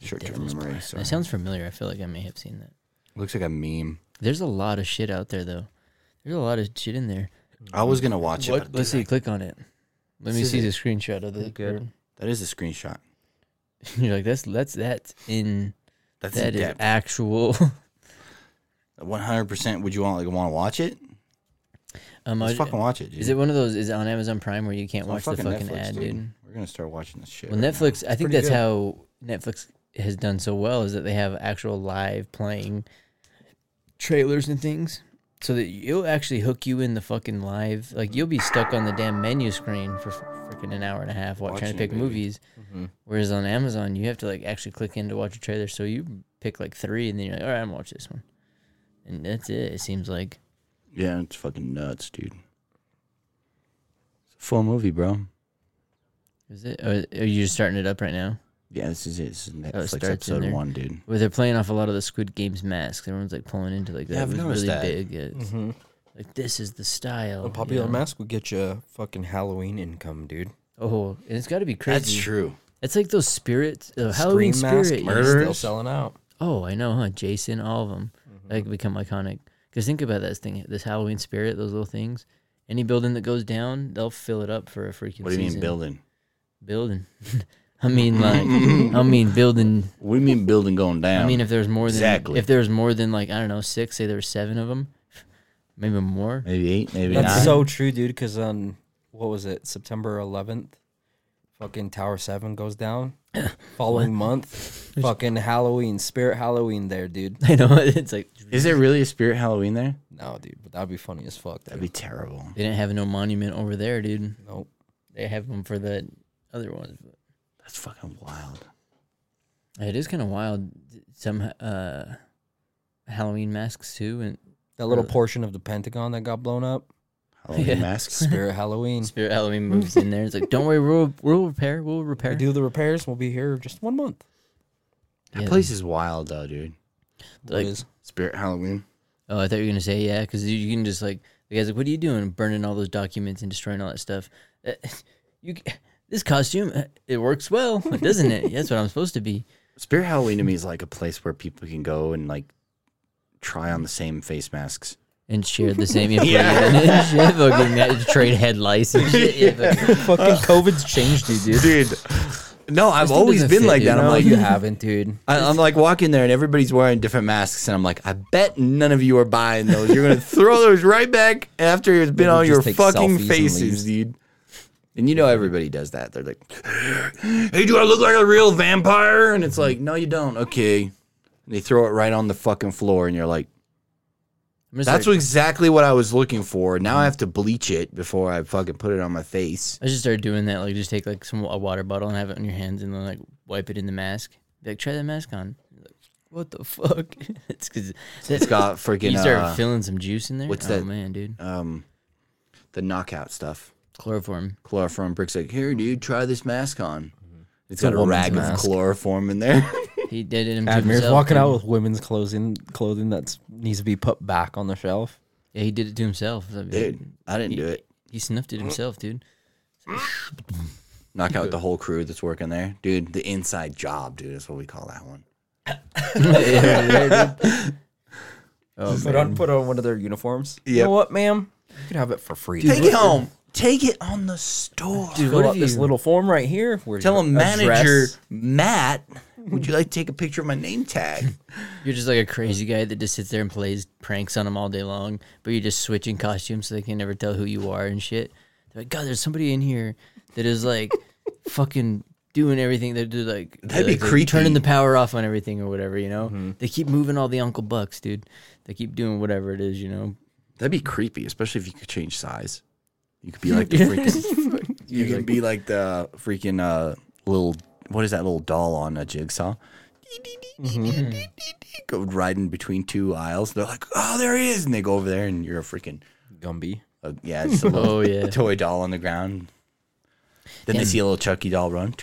Speaker 2: Short term
Speaker 1: Devil's
Speaker 2: memory.
Speaker 1: Plan.
Speaker 2: sorry.
Speaker 1: That sounds familiar. I feel like I may have seen that.
Speaker 2: Looks like a meme.
Speaker 1: There's a lot of shit out there though. There's a lot of shit in there.
Speaker 2: I was gonna watch it. but
Speaker 1: Let's see. Click on Mm. it. Let me
Speaker 2: This
Speaker 1: see the
Speaker 2: is
Speaker 1: screenshot of the.
Speaker 3: Pretty good.
Speaker 2: That is a screenshot.
Speaker 1: You're like that's that's that's in
Speaker 2: That's
Speaker 1: that is
Speaker 2: depth.
Speaker 1: actual.
Speaker 2: One hundred percent. Would you want like want to watch it?
Speaker 1: um,
Speaker 2: Let's
Speaker 1: I-
Speaker 2: fucking watch it, dude.
Speaker 1: is it one of those? Is it on Amazon Prime where you can't
Speaker 2: It's on
Speaker 1: watch the fucking
Speaker 2: Netflix,
Speaker 1: ad, dude?
Speaker 2: We're gonna start watching this shit.
Speaker 1: Well,
Speaker 2: right now.
Speaker 1: Netflix. I think that's
Speaker 3: pretty good.
Speaker 1: how Netflix has done so well is that they have actual live playing trailers and things, so that you'll actually hook you in the fucking live. Like you'll be stuck on the damn menu screen for freaking an hour and a half while trying
Speaker 2: Watching
Speaker 1: to pick
Speaker 2: it, baby. Mm-hmm.
Speaker 1: movies. Whereas on Amazon, you have to like actually click in to watch a trailer. So you pick like three, and then you're like, all right, I'm gonna watch this one, and that's it. It seems like.
Speaker 2: Yeah, it's fucking nuts, dude. It's a full movie, bro.
Speaker 1: Is it? Or are you just starting it up right now?
Speaker 2: Yeah, this is it. This is
Speaker 1: starts
Speaker 2: Netflix
Speaker 1: in
Speaker 2: episode
Speaker 1: there.
Speaker 2: one, dude.
Speaker 1: Where they're playing off a lot of the Squid Games masks. Everyone's like pulling into like that.
Speaker 2: Yeah, I've
Speaker 1: it was
Speaker 2: noticed
Speaker 1: really
Speaker 2: that. Mm-hmm.
Speaker 1: big. It's,
Speaker 3: Mm-hmm.
Speaker 1: Like this is the style.
Speaker 3: A
Speaker 1: you
Speaker 3: popular
Speaker 1: know?
Speaker 3: mask would get you fucking Halloween income, dude.
Speaker 1: Oh, and it's got to be crazy.
Speaker 2: That's true.
Speaker 1: It's like those spirits, uh, Halloween
Speaker 3: Scream mask,
Speaker 1: spirit.
Speaker 3: murderers.
Speaker 2: murder.
Speaker 1: Murder.
Speaker 3: Still selling out.
Speaker 1: Oh, I know, huh? Jason, all of them,
Speaker 2: Mm-hmm.
Speaker 1: like become iconic. Because think about this thing, this Halloween spirit, those little things. Any building that goes down, they'll fill it up for a freaking.
Speaker 2: What do you mean
Speaker 1: season.
Speaker 2: building?
Speaker 1: Building. I mean, like, I mean, building.
Speaker 2: What do you mean building going down?
Speaker 1: I mean, if there's more than
Speaker 2: Exactly.
Speaker 1: if there's more than like I don't know six, say there were seven of them, maybe more.
Speaker 2: maybe eight, maybe
Speaker 3: That's
Speaker 2: nine.
Speaker 3: so true, dude. Because on what was it, September 11th, fucking Tower Seven goes down. Following month, fucking Halloween, Spirit Halloween, there, dude.
Speaker 1: I know it's like
Speaker 2: is there really a spirit Halloween there?
Speaker 3: No, dude, but that'd be funny as fuck.
Speaker 2: That'd
Speaker 3: Dude.
Speaker 2: be terrible.
Speaker 1: they didn't have no monument over there, dude.
Speaker 3: nope.
Speaker 1: They have them for the other ones. but-
Speaker 2: That's fucking wild.
Speaker 1: It is kind of wild. Some uh, Halloween masks too, and
Speaker 3: That little
Speaker 1: Really?
Speaker 3: portion of the Pentagon that got blown up,
Speaker 2: Halloween
Speaker 1: Yeah.
Speaker 2: masks.
Speaker 3: Spirit Halloween.
Speaker 1: Spirit Halloween moves in there. It's like, don't worry, we'll we'll repair, we'll
Speaker 3: We
Speaker 1: repair.
Speaker 3: do the repairs. We'll be here just one month.
Speaker 2: That
Speaker 1: Yeah.
Speaker 2: place is wild though, dude.
Speaker 1: Like-
Speaker 3: Boys.
Speaker 2: Spirit Halloween.
Speaker 1: Oh, I thought you were gonna say yeah, because you can just like the guy's like, what are you doing, burning all those documents and destroying all that stuff? Uh, you c- this costume, uh, it works well, doesn't it? That's what I'm supposed to be.
Speaker 2: Spirit Halloween to me is like a place where people can go and like try on the same face masks.
Speaker 1: And share the same information and shit, fucking uh, trade head lice and shit. Yeah, fucking-
Speaker 3: fucking COVID's changed you, dude.
Speaker 2: Dude, no, I've
Speaker 1: dude
Speaker 2: always
Speaker 1: doesn't
Speaker 2: been
Speaker 1: fit,
Speaker 2: like
Speaker 1: dude.
Speaker 2: that. I'm
Speaker 3: No,
Speaker 2: like,
Speaker 3: you haven't, dude.
Speaker 2: I, I'm like walking there and everybody's wearing different masks, and I'm like, I bet none of you are buying those. You're gonna throw those right back after it's been
Speaker 3: People
Speaker 2: on
Speaker 3: just
Speaker 2: your
Speaker 3: take selfies
Speaker 2: fucking
Speaker 3: and
Speaker 2: faces, dude. And you know everybody does that. They're like, "Hey, do I look like a real vampire?" And it's like, "No, you don't." Okay, and they throw it right on the fucking floor, and you're like,
Speaker 1: I'm just
Speaker 2: "That's
Speaker 1: like,
Speaker 2: what exactly what I was looking for." Now I have to bleach it before I fucking put it on my face.
Speaker 1: I just started doing that. Like, just take like some a water bottle and have it on your hands, and then like wipe it in the mask. Be like, try that mask on. You're Like, what the fuck? it's because
Speaker 2: It's got freaking
Speaker 1: you start
Speaker 2: uh,
Speaker 1: feeling some juice in there.
Speaker 2: what's
Speaker 1: oh
Speaker 2: that?
Speaker 1: man, dude,
Speaker 2: um, the knockout stuff.
Speaker 1: chloroform.
Speaker 2: chloroform bricks like here dude try this mask on it's got
Speaker 3: a
Speaker 2: a
Speaker 3: woman's
Speaker 2: rag of
Speaker 3: mask.
Speaker 2: chloroform in there
Speaker 1: He did it himself.
Speaker 3: Admir's walking
Speaker 1: dude.
Speaker 3: out with women's clothing clothing that needs to be put back on the shelf.
Speaker 1: Yeah, he did it to himself. I mean,
Speaker 2: dude i didn't do it
Speaker 1: He snuffed it himself, dude.
Speaker 2: knock out the whole crew that's working there dude the inside job dude that's what we call that one
Speaker 3: put on put on one of their uniforms. You
Speaker 2: Yep.
Speaker 3: know what, ma'am? You can have it for free.
Speaker 2: take it home take it on the store
Speaker 1: Dude,
Speaker 3: Fill
Speaker 1: what
Speaker 3: out
Speaker 1: if you?
Speaker 3: this little form right here. Where's
Speaker 2: tell
Speaker 3: your
Speaker 2: him manager
Speaker 3: address?
Speaker 2: matt would you like to take a picture of my name tag
Speaker 1: You're just like a crazy guy that just sits there and plays pranks on them all day long, but you're just switching costumes so they can never tell who you are and shit. They're like, God, there's somebody in here that is like fucking doing everything. They do like
Speaker 2: That'd be
Speaker 1: like,
Speaker 2: creepy. Mm-hmm.
Speaker 1: turning the power off on everything or whatever. You know, they keep moving all the Uncle Bucks, dude. They keep doing whatever it is. You know,
Speaker 2: that'd be creepy especially if you could change size you could be like the freaking you could be like the freaking uh little what is that little doll on a jigsaw
Speaker 1: Mm-hmm.
Speaker 2: go riding between two aisles. They're like, oh, there he is. And they go over there, and you're a freaking,
Speaker 3: Gumby.
Speaker 2: uh, yeah, it's a little
Speaker 1: Oh yeah.
Speaker 2: toy doll on the ground. Then they see a little Chucky doll run.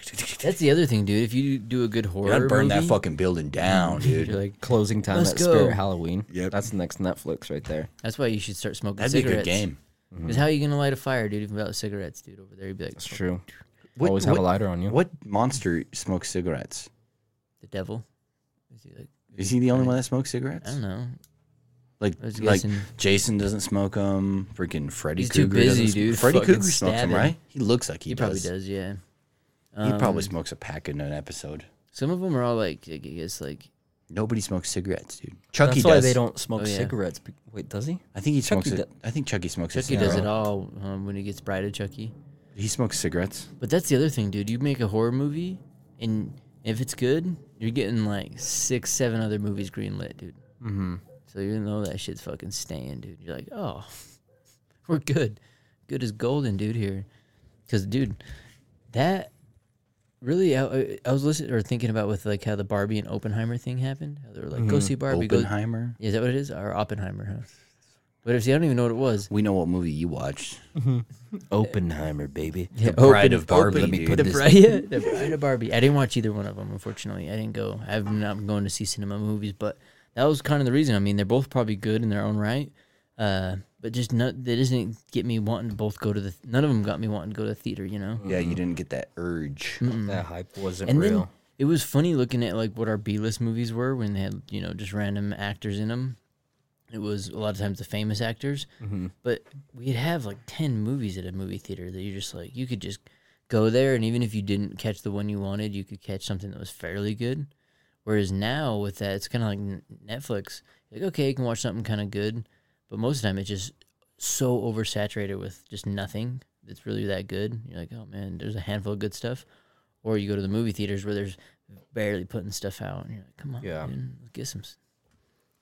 Speaker 1: That's the other thing, dude. If you do a good horror,
Speaker 2: I'd burn that
Speaker 1: movie,
Speaker 2: fucking building down, dude.
Speaker 1: You're like,
Speaker 3: Closing time
Speaker 1: Let's
Speaker 3: at
Speaker 1: go.
Speaker 3: Spirit Halloween.
Speaker 2: Yep.
Speaker 3: That's the next Netflix right there.
Speaker 1: that's why you should start smoking
Speaker 2: That'd be a
Speaker 1: cigarettes.
Speaker 2: good game. Mm-hmm.
Speaker 1: Because how are you gonna light a fire, dude? Even without cigarettes, dude, over there, you'd be like
Speaker 3: It's true.
Speaker 2: What-
Speaker 3: Always have
Speaker 2: what-
Speaker 3: a lighter on you.
Speaker 2: What monster smokes cigarettes?
Speaker 1: the devil. Is he like,
Speaker 2: Is he the only one that smokes
Speaker 1: I
Speaker 2: cigarettes?
Speaker 1: don't know.
Speaker 2: Like,
Speaker 1: I was
Speaker 2: like
Speaker 1: guessing.
Speaker 2: Jason doesn't smoke them. Freaking Freddy
Speaker 1: He's too
Speaker 2: Krueger doesn't
Speaker 1: busy,
Speaker 2: sm-
Speaker 1: dude,
Speaker 2: Freddy
Speaker 1: fucking
Speaker 2: Krueger smokes them,
Speaker 1: stabbing.
Speaker 2: right? He looks like he,
Speaker 1: He,
Speaker 2: does.
Speaker 1: probably does. Yeah.
Speaker 2: He probably
Speaker 1: Um,
Speaker 2: smokes a pack in an episode.
Speaker 1: Some of them are all like, like I guess like
Speaker 2: Nobody smokes cigarettes, dude. Chucky
Speaker 3: That's why
Speaker 2: E does.
Speaker 3: they don't smoke
Speaker 1: Oh, yeah.
Speaker 3: cigarettes. be- Wait, does he?
Speaker 2: I think he smokes
Speaker 1: E
Speaker 3: Chucky
Speaker 2: it.
Speaker 3: do-
Speaker 2: I think Chucky smokes a
Speaker 1: Chucky E does it
Speaker 2: cigarette.
Speaker 1: all um, when he gets bride of Chucky.
Speaker 2: He smokes cigarettes.
Speaker 1: But that's the other thing, dude. You make a horror movie, and if it's good, you're getting like six, seven other movies greenlit, dude.
Speaker 3: Mm-hmm.
Speaker 1: So you know that shit's fucking staying, dude. You're like, oh, we're good. Good as golden, dude, here. Because, dude, that really, I- I, I was listening or thinking about with like how the Barbie and Oppenheimer thing happened. How they were like, go see Barbie. Go,
Speaker 2: Mm-hmm. Oppenheimer.
Speaker 1: is that what it is? Or Oppenheimer, huh? But if you don't even know what it was,
Speaker 2: We know what movie you watched.
Speaker 3: Oppenheimer, baby.
Speaker 1: Yeah,
Speaker 2: Bride
Speaker 1: Open-
Speaker 2: of Barbie.
Speaker 3: Let me
Speaker 2: dude.
Speaker 3: put
Speaker 1: the
Speaker 3: this-
Speaker 1: Bri- yeah, the Bride of Barbie. I didn't watch either one of them, unfortunately. I didn't go. I've not going to see cinema movies, but that was kind of the reason. I mean, they're both probably good in their own right, uh, but just no, they didn't get me wanting to both go to the. None of them got me wanting to go to the theater, you know.
Speaker 2: Yeah, you didn't get that urge.
Speaker 1: Mm-hmm.
Speaker 3: That hype wasn't
Speaker 1: And
Speaker 3: real.
Speaker 1: then it was funny looking at like what our B list movies were when they had you know just random actors in them. It was a lot of times the famous actors,
Speaker 3: Mm-hmm.
Speaker 1: but we'd have like ten movies at a movie theater that you're just like you could just go there and even if you didn't catch the one you wanted, you could catch something that was fairly good. Whereas now with that, it's kind of like N- Netflix. Like okay, you can watch something kind of good, but most of the time it's just so oversaturated with just nothing that's really that good. You're like, oh man, there's a handful of good stuff, or you go to the movie theaters where there's barely putting stuff out, and you're like, come on,
Speaker 3: Yeah.
Speaker 1: man, let's get some. s-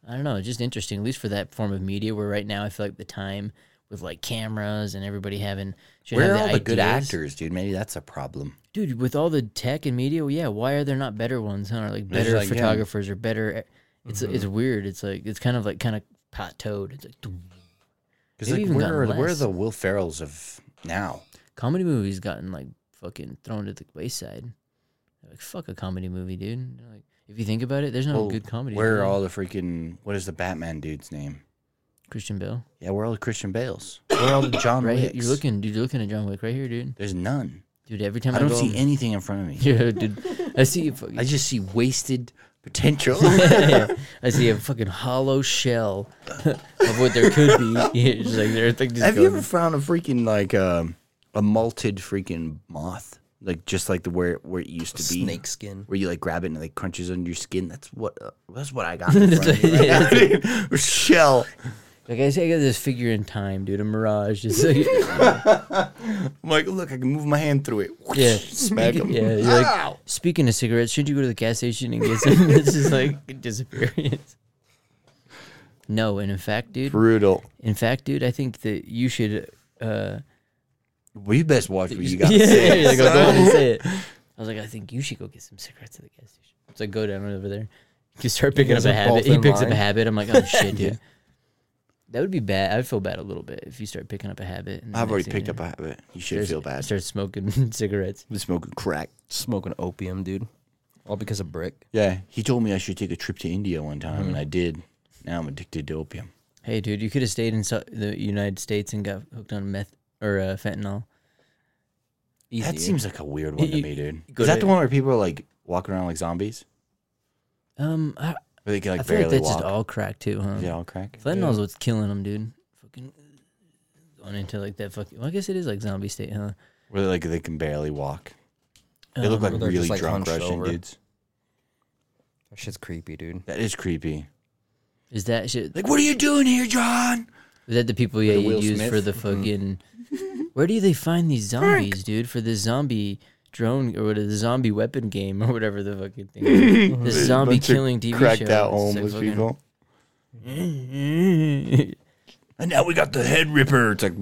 Speaker 1: I don't know, it's just interesting, at least for that form of media. Where right now, I feel like the time with like cameras and everybody having should
Speaker 2: Where are
Speaker 1: have
Speaker 2: all the good
Speaker 1: ideas.
Speaker 2: actors, dude? Maybe that's a problem.
Speaker 1: dude. With all the tech and media, well, yeah, why are there not better ones? Huh? Or like better
Speaker 2: like, yeah. Mm-hmm.
Speaker 1: photographers or better. e, It's it's weird. It's like it's kind of like kind of plateaued. It's like.
Speaker 2: Because
Speaker 1: Maybe
Speaker 2: like,
Speaker 1: even
Speaker 2: where, are,
Speaker 1: gotten
Speaker 2: where are
Speaker 1: less.
Speaker 2: the Will Ferrells of now?
Speaker 1: comedy movies gotten like fucking thrown to the wayside. Like fuck a comedy movie, dude. Like if you think about it, there's no
Speaker 2: Well,
Speaker 1: good comedy.
Speaker 2: Where are all the freaking what is the Batman dude's name?
Speaker 1: Christian Bale?
Speaker 2: Yeah, where are all the Christian Bales? Where are all the John
Speaker 1: Right, here,
Speaker 2: Wicks?
Speaker 1: you're looking, dude. You're looking at John Wick right here, dude.
Speaker 2: There's none.
Speaker 1: Dude, every time
Speaker 2: I
Speaker 1: I,
Speaker 2: don't
Speaker 1: go,
Speaker 2: see anything in front of me.
Speaker 1: yeah, dude. I see you fucking.
Speaker 2: I just see wasted potential.
Speaker 1: I see a fucking hollow shell of what there could be. Yeah, it's just like they're like just
Speaker 2: Have you
Speaker 1: going-
Speaker 2: ever found a freaking like um a malted freaking moth? Like just like the where where it used to be.
Speaker 3: Snake skin.
Speaker 2: Where you like grab it and it like crunches under your skin. That's what uh, that's what I got. In front of me right now, dude. Shell.
Speaker 1: like I say, I got this figure in time, dude. A mirage. It's like,
Speaker 2: I'm like, look, I can move my hand through it.
Speaker 1: Yeah.
Speaker 2: Smack him.
Speaker 1: Yeah, you're like-
Speaker 2: Ow!
Speaker 1: speaking of cigarettes, should you go to the gas station and get some? it's just like disappearance. No, and in fact, dude,
Speaker 2: Brutal.
Speaker 1: In fact, dude, I think that you should. Uh,
Speaker 2: Well, you best watch what you got.
Speaker 1: yeah,
Speaker 2: to say.
Speaker 1: yeah, go, go ahead and say it. I was like, I think you should go get some cigarettes at the gas station. So I go down over there. You start picking up
Speaker 3: guys
Speaker 1: a
Speaker 3: are
Speaker 1: habit.
Speaker 3: both
Speaker 1: He
Speaker 3: in
Speaker 1: picks up a
Speaker 3: line?
Speaker 1: habit. I'm like, oh shit, dude. That would be bad. I'd feel bad a little bit if you start picking up a habit. and the
Speaker 2: I've already
Speaker 1: next thing
Speaker 2: picked
Speaker 1: you
Speaker 2: up a habit. You
Speaker 1: know,
Speaker 2: should feel bad.
Speaker 1: Start smoking cigarettes.
Speaker 2: Been smoking crack.
Speaker 3: Smoking opium, dude. All because of brick.
Speaker 2: Yeah, Mm-hmm. he told me I should take a trip to India one time, and I did. Now I'm addicted to opium.
Speaker 1: Hey, dude, you could have stayed in so- the United States and got hooked on meth or uh, fentanyl.
Speaker 3: Easy.
Speaker 2: That seems like a weird one to
Speaker 1: You-
Speaker 2: me, dude.
Speaker 1: you go
Speaker 2: Is that
Speaker 1: to-
Speaker 2: the one where people are like walking around like zombies,
Speaker 1: Um, I,
Speaker 2: where they can like
Speaker 1: I feel like
Speaker 2: barely
Speaker 1: that's
Speaker 2: walk?
Speaker 1: just all crack too, huh?
Speaker 2: Is it all crack?
Speaker 1: Fentanyl's what's killing them, dude. Fucking going into like that fucking. Well, I guess it is like zombie state, huh?
Speaker 2: Where they, like they can barely walk. They look
Speaker 1: Um,
Speaker 2: like
Speaker 3: Or they're
Speaker 2: really
Speaker 3: just, like,
Speaker 2: drunk
Speaker 3: hunched
Speaker 2: Russian
Speaker 3: over.
Speaker 2: dudes.
Speaker 3: that shit's creepy, dude.
Speaker 2: That is creepy.
Speaker 1: Is that shit?
Speaker 2: Like, what are you doing here, John?
Speaker 1: Is that the people yeah
Speaker 2: the
Speaker 1: you
Speaker 2: Will
Speaker 1: use
Speaker 2: Smith? Mm-hmm.
Speaker 1: for the fucking? Where do they find these zombies, dude? For the zombie drone or what is the zombie weapon game or whatever the fucking thing. is. this zombie
Speaker 2: Bunch of
Speaker 1: killing TV show. It's like fucking-
Speaker 2: And now we got the head ripper. It's like,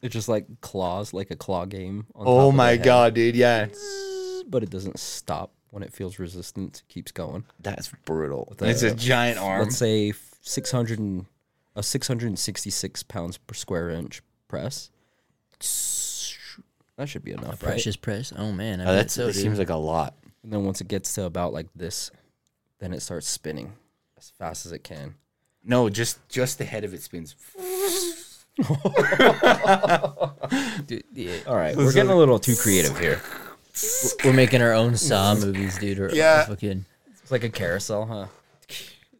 Speaker 3: It's just like claws, like a claw game. On top
Speaker 2: oh
Speaker 3: of
Speaker 2: my
Speaker 3: the head,
Speaker 2: god, dude, yeah.
Speaker 3: But it doesn't stop. when it feels resistance, it keeps going.
Speaker 2: That's brutal.
Speaker 3: a-
Speaker 2: it's a giant arm.
Speaker 3: Let's say f- 600 and, a 666 pounds per square inch press. That should be enough, right?
Speaker 1: Precious press. Oh man, I
Speaker 2: Oh,
Speaker 1: bet
Speaker 2: that's,
Speaker 1: so,
Speaker 2: that
Speaker 1: dude.
Speaker 2: seems like a lot.
Speaker 3: And then once it gets to about like this, then it starts spinning as fast as it can.
Speaker 2: No, just just the head of it spins.
Speaker 3: Dude, all right, we're getting a little too creative here.
Speaker 1: We're making our own Saw movies, dude. Or
Speaker 2: Yeah.
Speaker 1: yeah. fucking
Speaker 3: It's like a carousel, huh?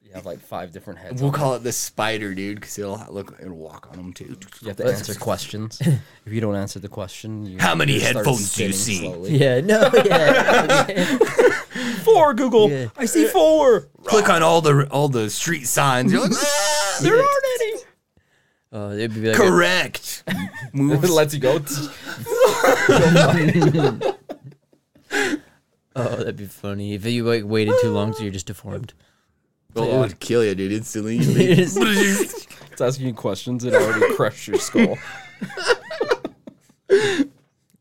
Speaker 3: You have like five different heads.
Speaker 2: We'll call it the spider, dude, because it'll look it'll walk on them too.
Speaker 3: You have to answer questions. if you don't answer the question, you
Speaker 2: How many
Speaker 3: you start
Speaker 2: headphones do you
Speaker 3: spinning
Speaker 2: see?
Speaker 3: slowly.
Speaker 1: yeah. No, yeah.
Speaker 3: Four, Google.
Speaker 1: Yeah.
Speaker 3: I see four.
Speaker 2: Click on all the all the street signs. You're like, "Ah,
Speaker 3: There aren't any.
Speaker 1: Oh, it'd be like a,
Speaker 2: correct. Moves.
Speaker 3: lets you go.
Speaker 1: oh, that'd be funny if you like waited too long, so you're just deformed.
Speaker 2: Oh, it would kill you, dude, instantly.
Speaker 3: It's asking you questions that already crushed your skull.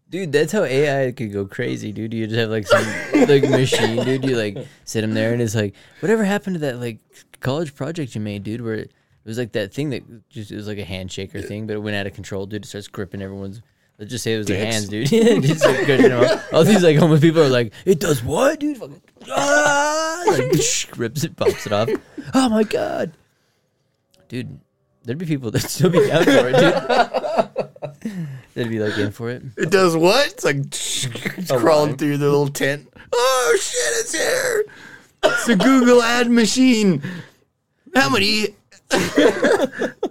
Speaker 1: Dude, that's how AI could go crazy, dude. You just have like some like machine, dude. You like sit him there, and it's like, whatever happened to that like college project you made, dude? Where it was like that thing that just it was like a handshaker thing, but it went out of control, dude. It starts gripping everyone's. Let's just say it was like
Speaker 2: Dicks.
Speaker 1: hands, dude. Yeah, just like, gripping them all. all these like homeless people are like, it does what, dude? Fucking, ah! like, rips it, pops it off. Oh my god, dude. There'd be people that'd still be down for it, dude. They'd be like in for it.
Speaker 2: It does what? It's like it's crawling through the little tent. Oh shit, it's here. It's a Google ad machine. How many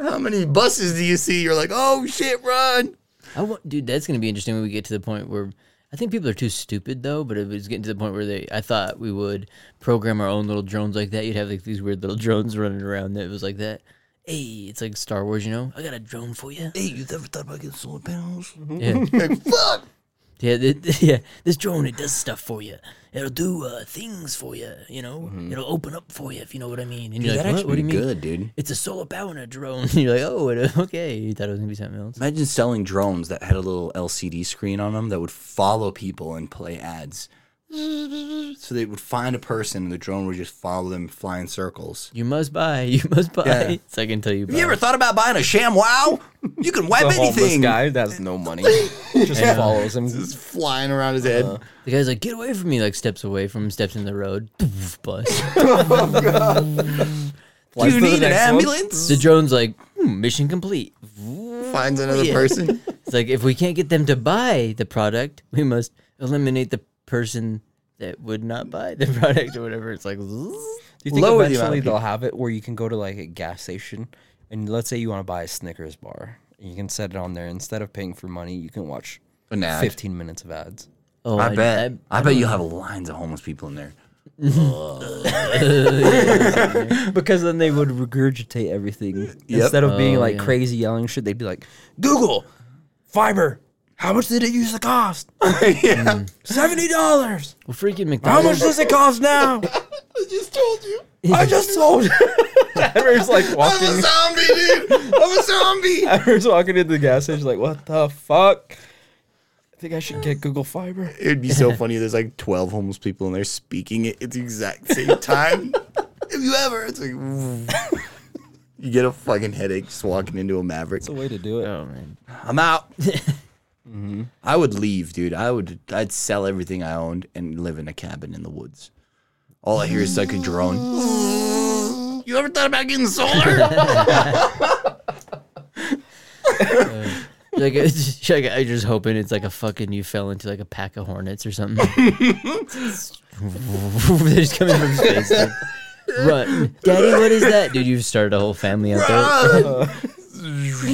Speaker 2: how many buses do you see? You're like, oh shit, run.
Speaker 1: I want, dude. That's gonna be interesting when we get to the point where I think people are too stupid though. But it was getting to the point where they, I thought we would program our own little drones like that. You'd have like these weird little drones running around that was like that. Hey, it's like Star Wars, you know. I got a drone for you.
Speaker 2: Hey, you ever thought about getting solar panels?
Speaker 1: Yeah,
Speaker 2: Like, fuck.
Speaker 1: yeah, th- yeah. This drone, it does stuff for you. It'll do uh, things for you. You know,
Speaker 2: Mm-hmm.
Speaker 1: it'll open up for you if you know what I mean. And you're like, what? what do you mean?
Speaker 2: good, dude.
Speaker 1: It's a solar powered drone. And you're like, oh, it- okay. You thought it was gonna be something else.
Speaker 2: Imagine selling drones that had a little LCD screen on them that would follow people and play ads. So they would find a person and the drone would just follow them flying circles.
Speaker 1: You must buy. You must buy.
Speaker 2: Yeah.
Speaker 1: It's like until you buy.
Speaker 2: Have you ever thought about buying a sham wow? You can wipe
Speaker 3: The homeless
Speaker 2: anything.
Speaker 3: guy that has no money just follows him.
Speaker 2: Just flying around his head.
Speaker 1: The guy's like, get away from me, like steps away from him, steps in the road. Bust.
Speaker 2: Do
Speaker 3: Flies
Speaker 2: you
Speaker 3: to the
Speaker 2: need an
Speaker 3: next one.
Speaker 2: ambulance?
Speaker 1: the drone's like, hmm, mission complete.
Speaker 2: Finds another
Speaker 1: Yeah.
Speaker 2: person.
Speaker 1: It's like, if we can't get them to buy the product, we must eliminate the person that would not buy the product or whatever. It's like,
Speaker 3: Do you think
Speaker 2: Lower the amount
Speaker 3: eventually
Speaker 2: of
Speaker 3: they'll have it where you can go to like a gas station and let's say you want to buy a Snickers bar, and you can set it on there instead of paying for money, you can watch
Speaker 2: An ad.
Speaker 3: 15 minets of ads.
Speaker 1: oh,
Speaker 2: I bet. I, bet you'll have lines of homeless people in there.
Speaker 3: Because then they would regurgitate everything instead of being like crazy yelling shit. They'd be like, "Google, fiber, how much did it used to cost?
Speaker 2: yeah.
Speaker 3: Seventy dollars.
Speaker 1: Well, freaking
Speaker 3: How much
Speaker 1: McDonald's.
Speaker 3: does it cost now?
Speaker 2: I just told you.
Speaker 3: I just sold." Ever's like walking.
Speaker 2: zombie, dude. I'm a zombie.
Speaker 3: Ever's walking into the gas station like, "What the fuck? I think I should get Google Fiber."
Speaker 2: It'd be so funny. There's like 12 homeless people in there speaking it at the exact same time. If you ever, it's like. You get a fucking headache just walking into a Maverick.
Speaker 3: It's a way to do it.
Speaker 1: Oh, man.
Speaker 2: I'm out. Mm-hmm. I would leave, dude. I would. I'd sell everything I owned and live in a cabin in the woods. All I hear is like a drone. You ever thought about getting solar?
Speaker 1: Like, it's like, I'm just hoping it's like a fucking, you fell into like a pack of hornets or something. They're just coming from space. Like, run. Daddy, what is that? Dude, you've started a whole family out there.
Speaker 2: Run!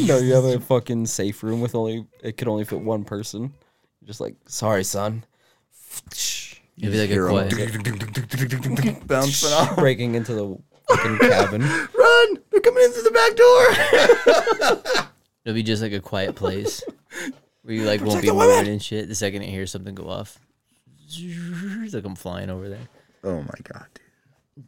Speaker 3: No, you have a fucking safe room with only it could only fit one person. You're just like, sorry, son.
Speaker 1: It'd be like a
Speaker 2: Hear 'em.
Speaker 1: quiet.
Speaker 2: Bouncing off.
Speaker 3: Breaking into the fucking cabin.
Speaker 2: Run! They're coming in through the back door.
Speaker 1: It'll be just like a quiet place where you like won't be moving and shit. The second it hears something go off, it's like I'm flying over there.
Speaker 2: oh my god, dude.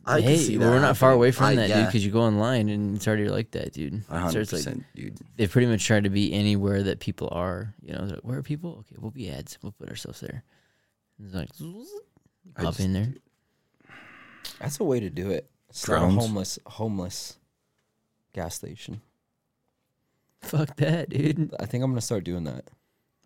Speaker 2: I
Speaker 1: hey, well, we're not far away from
Speaker 2: I-
Speaker 1: that, dude,
Speaker 2: yeah.
Speaker 1: because you go online and it's already like that, dude.
Speaker 2: One
Speaker 1: So
Speaker 2: hundred
Speaker 1: it's like
Speaker 2: percent, dude.
Speaker 1: they pretty much try to be anywhere that people are. You know, they're like, where are people? Okay, we'll be ads. We'll put ourselves there. And it's like, Pop in there.
Speaker 3: That's a way to do it. Start a
Speaker 2: Drones.
Speaker 3: homeless homeless gas station.
Speaker 1: Fuck that, dude.
Speaker 3: I think I'm gonna start doing that.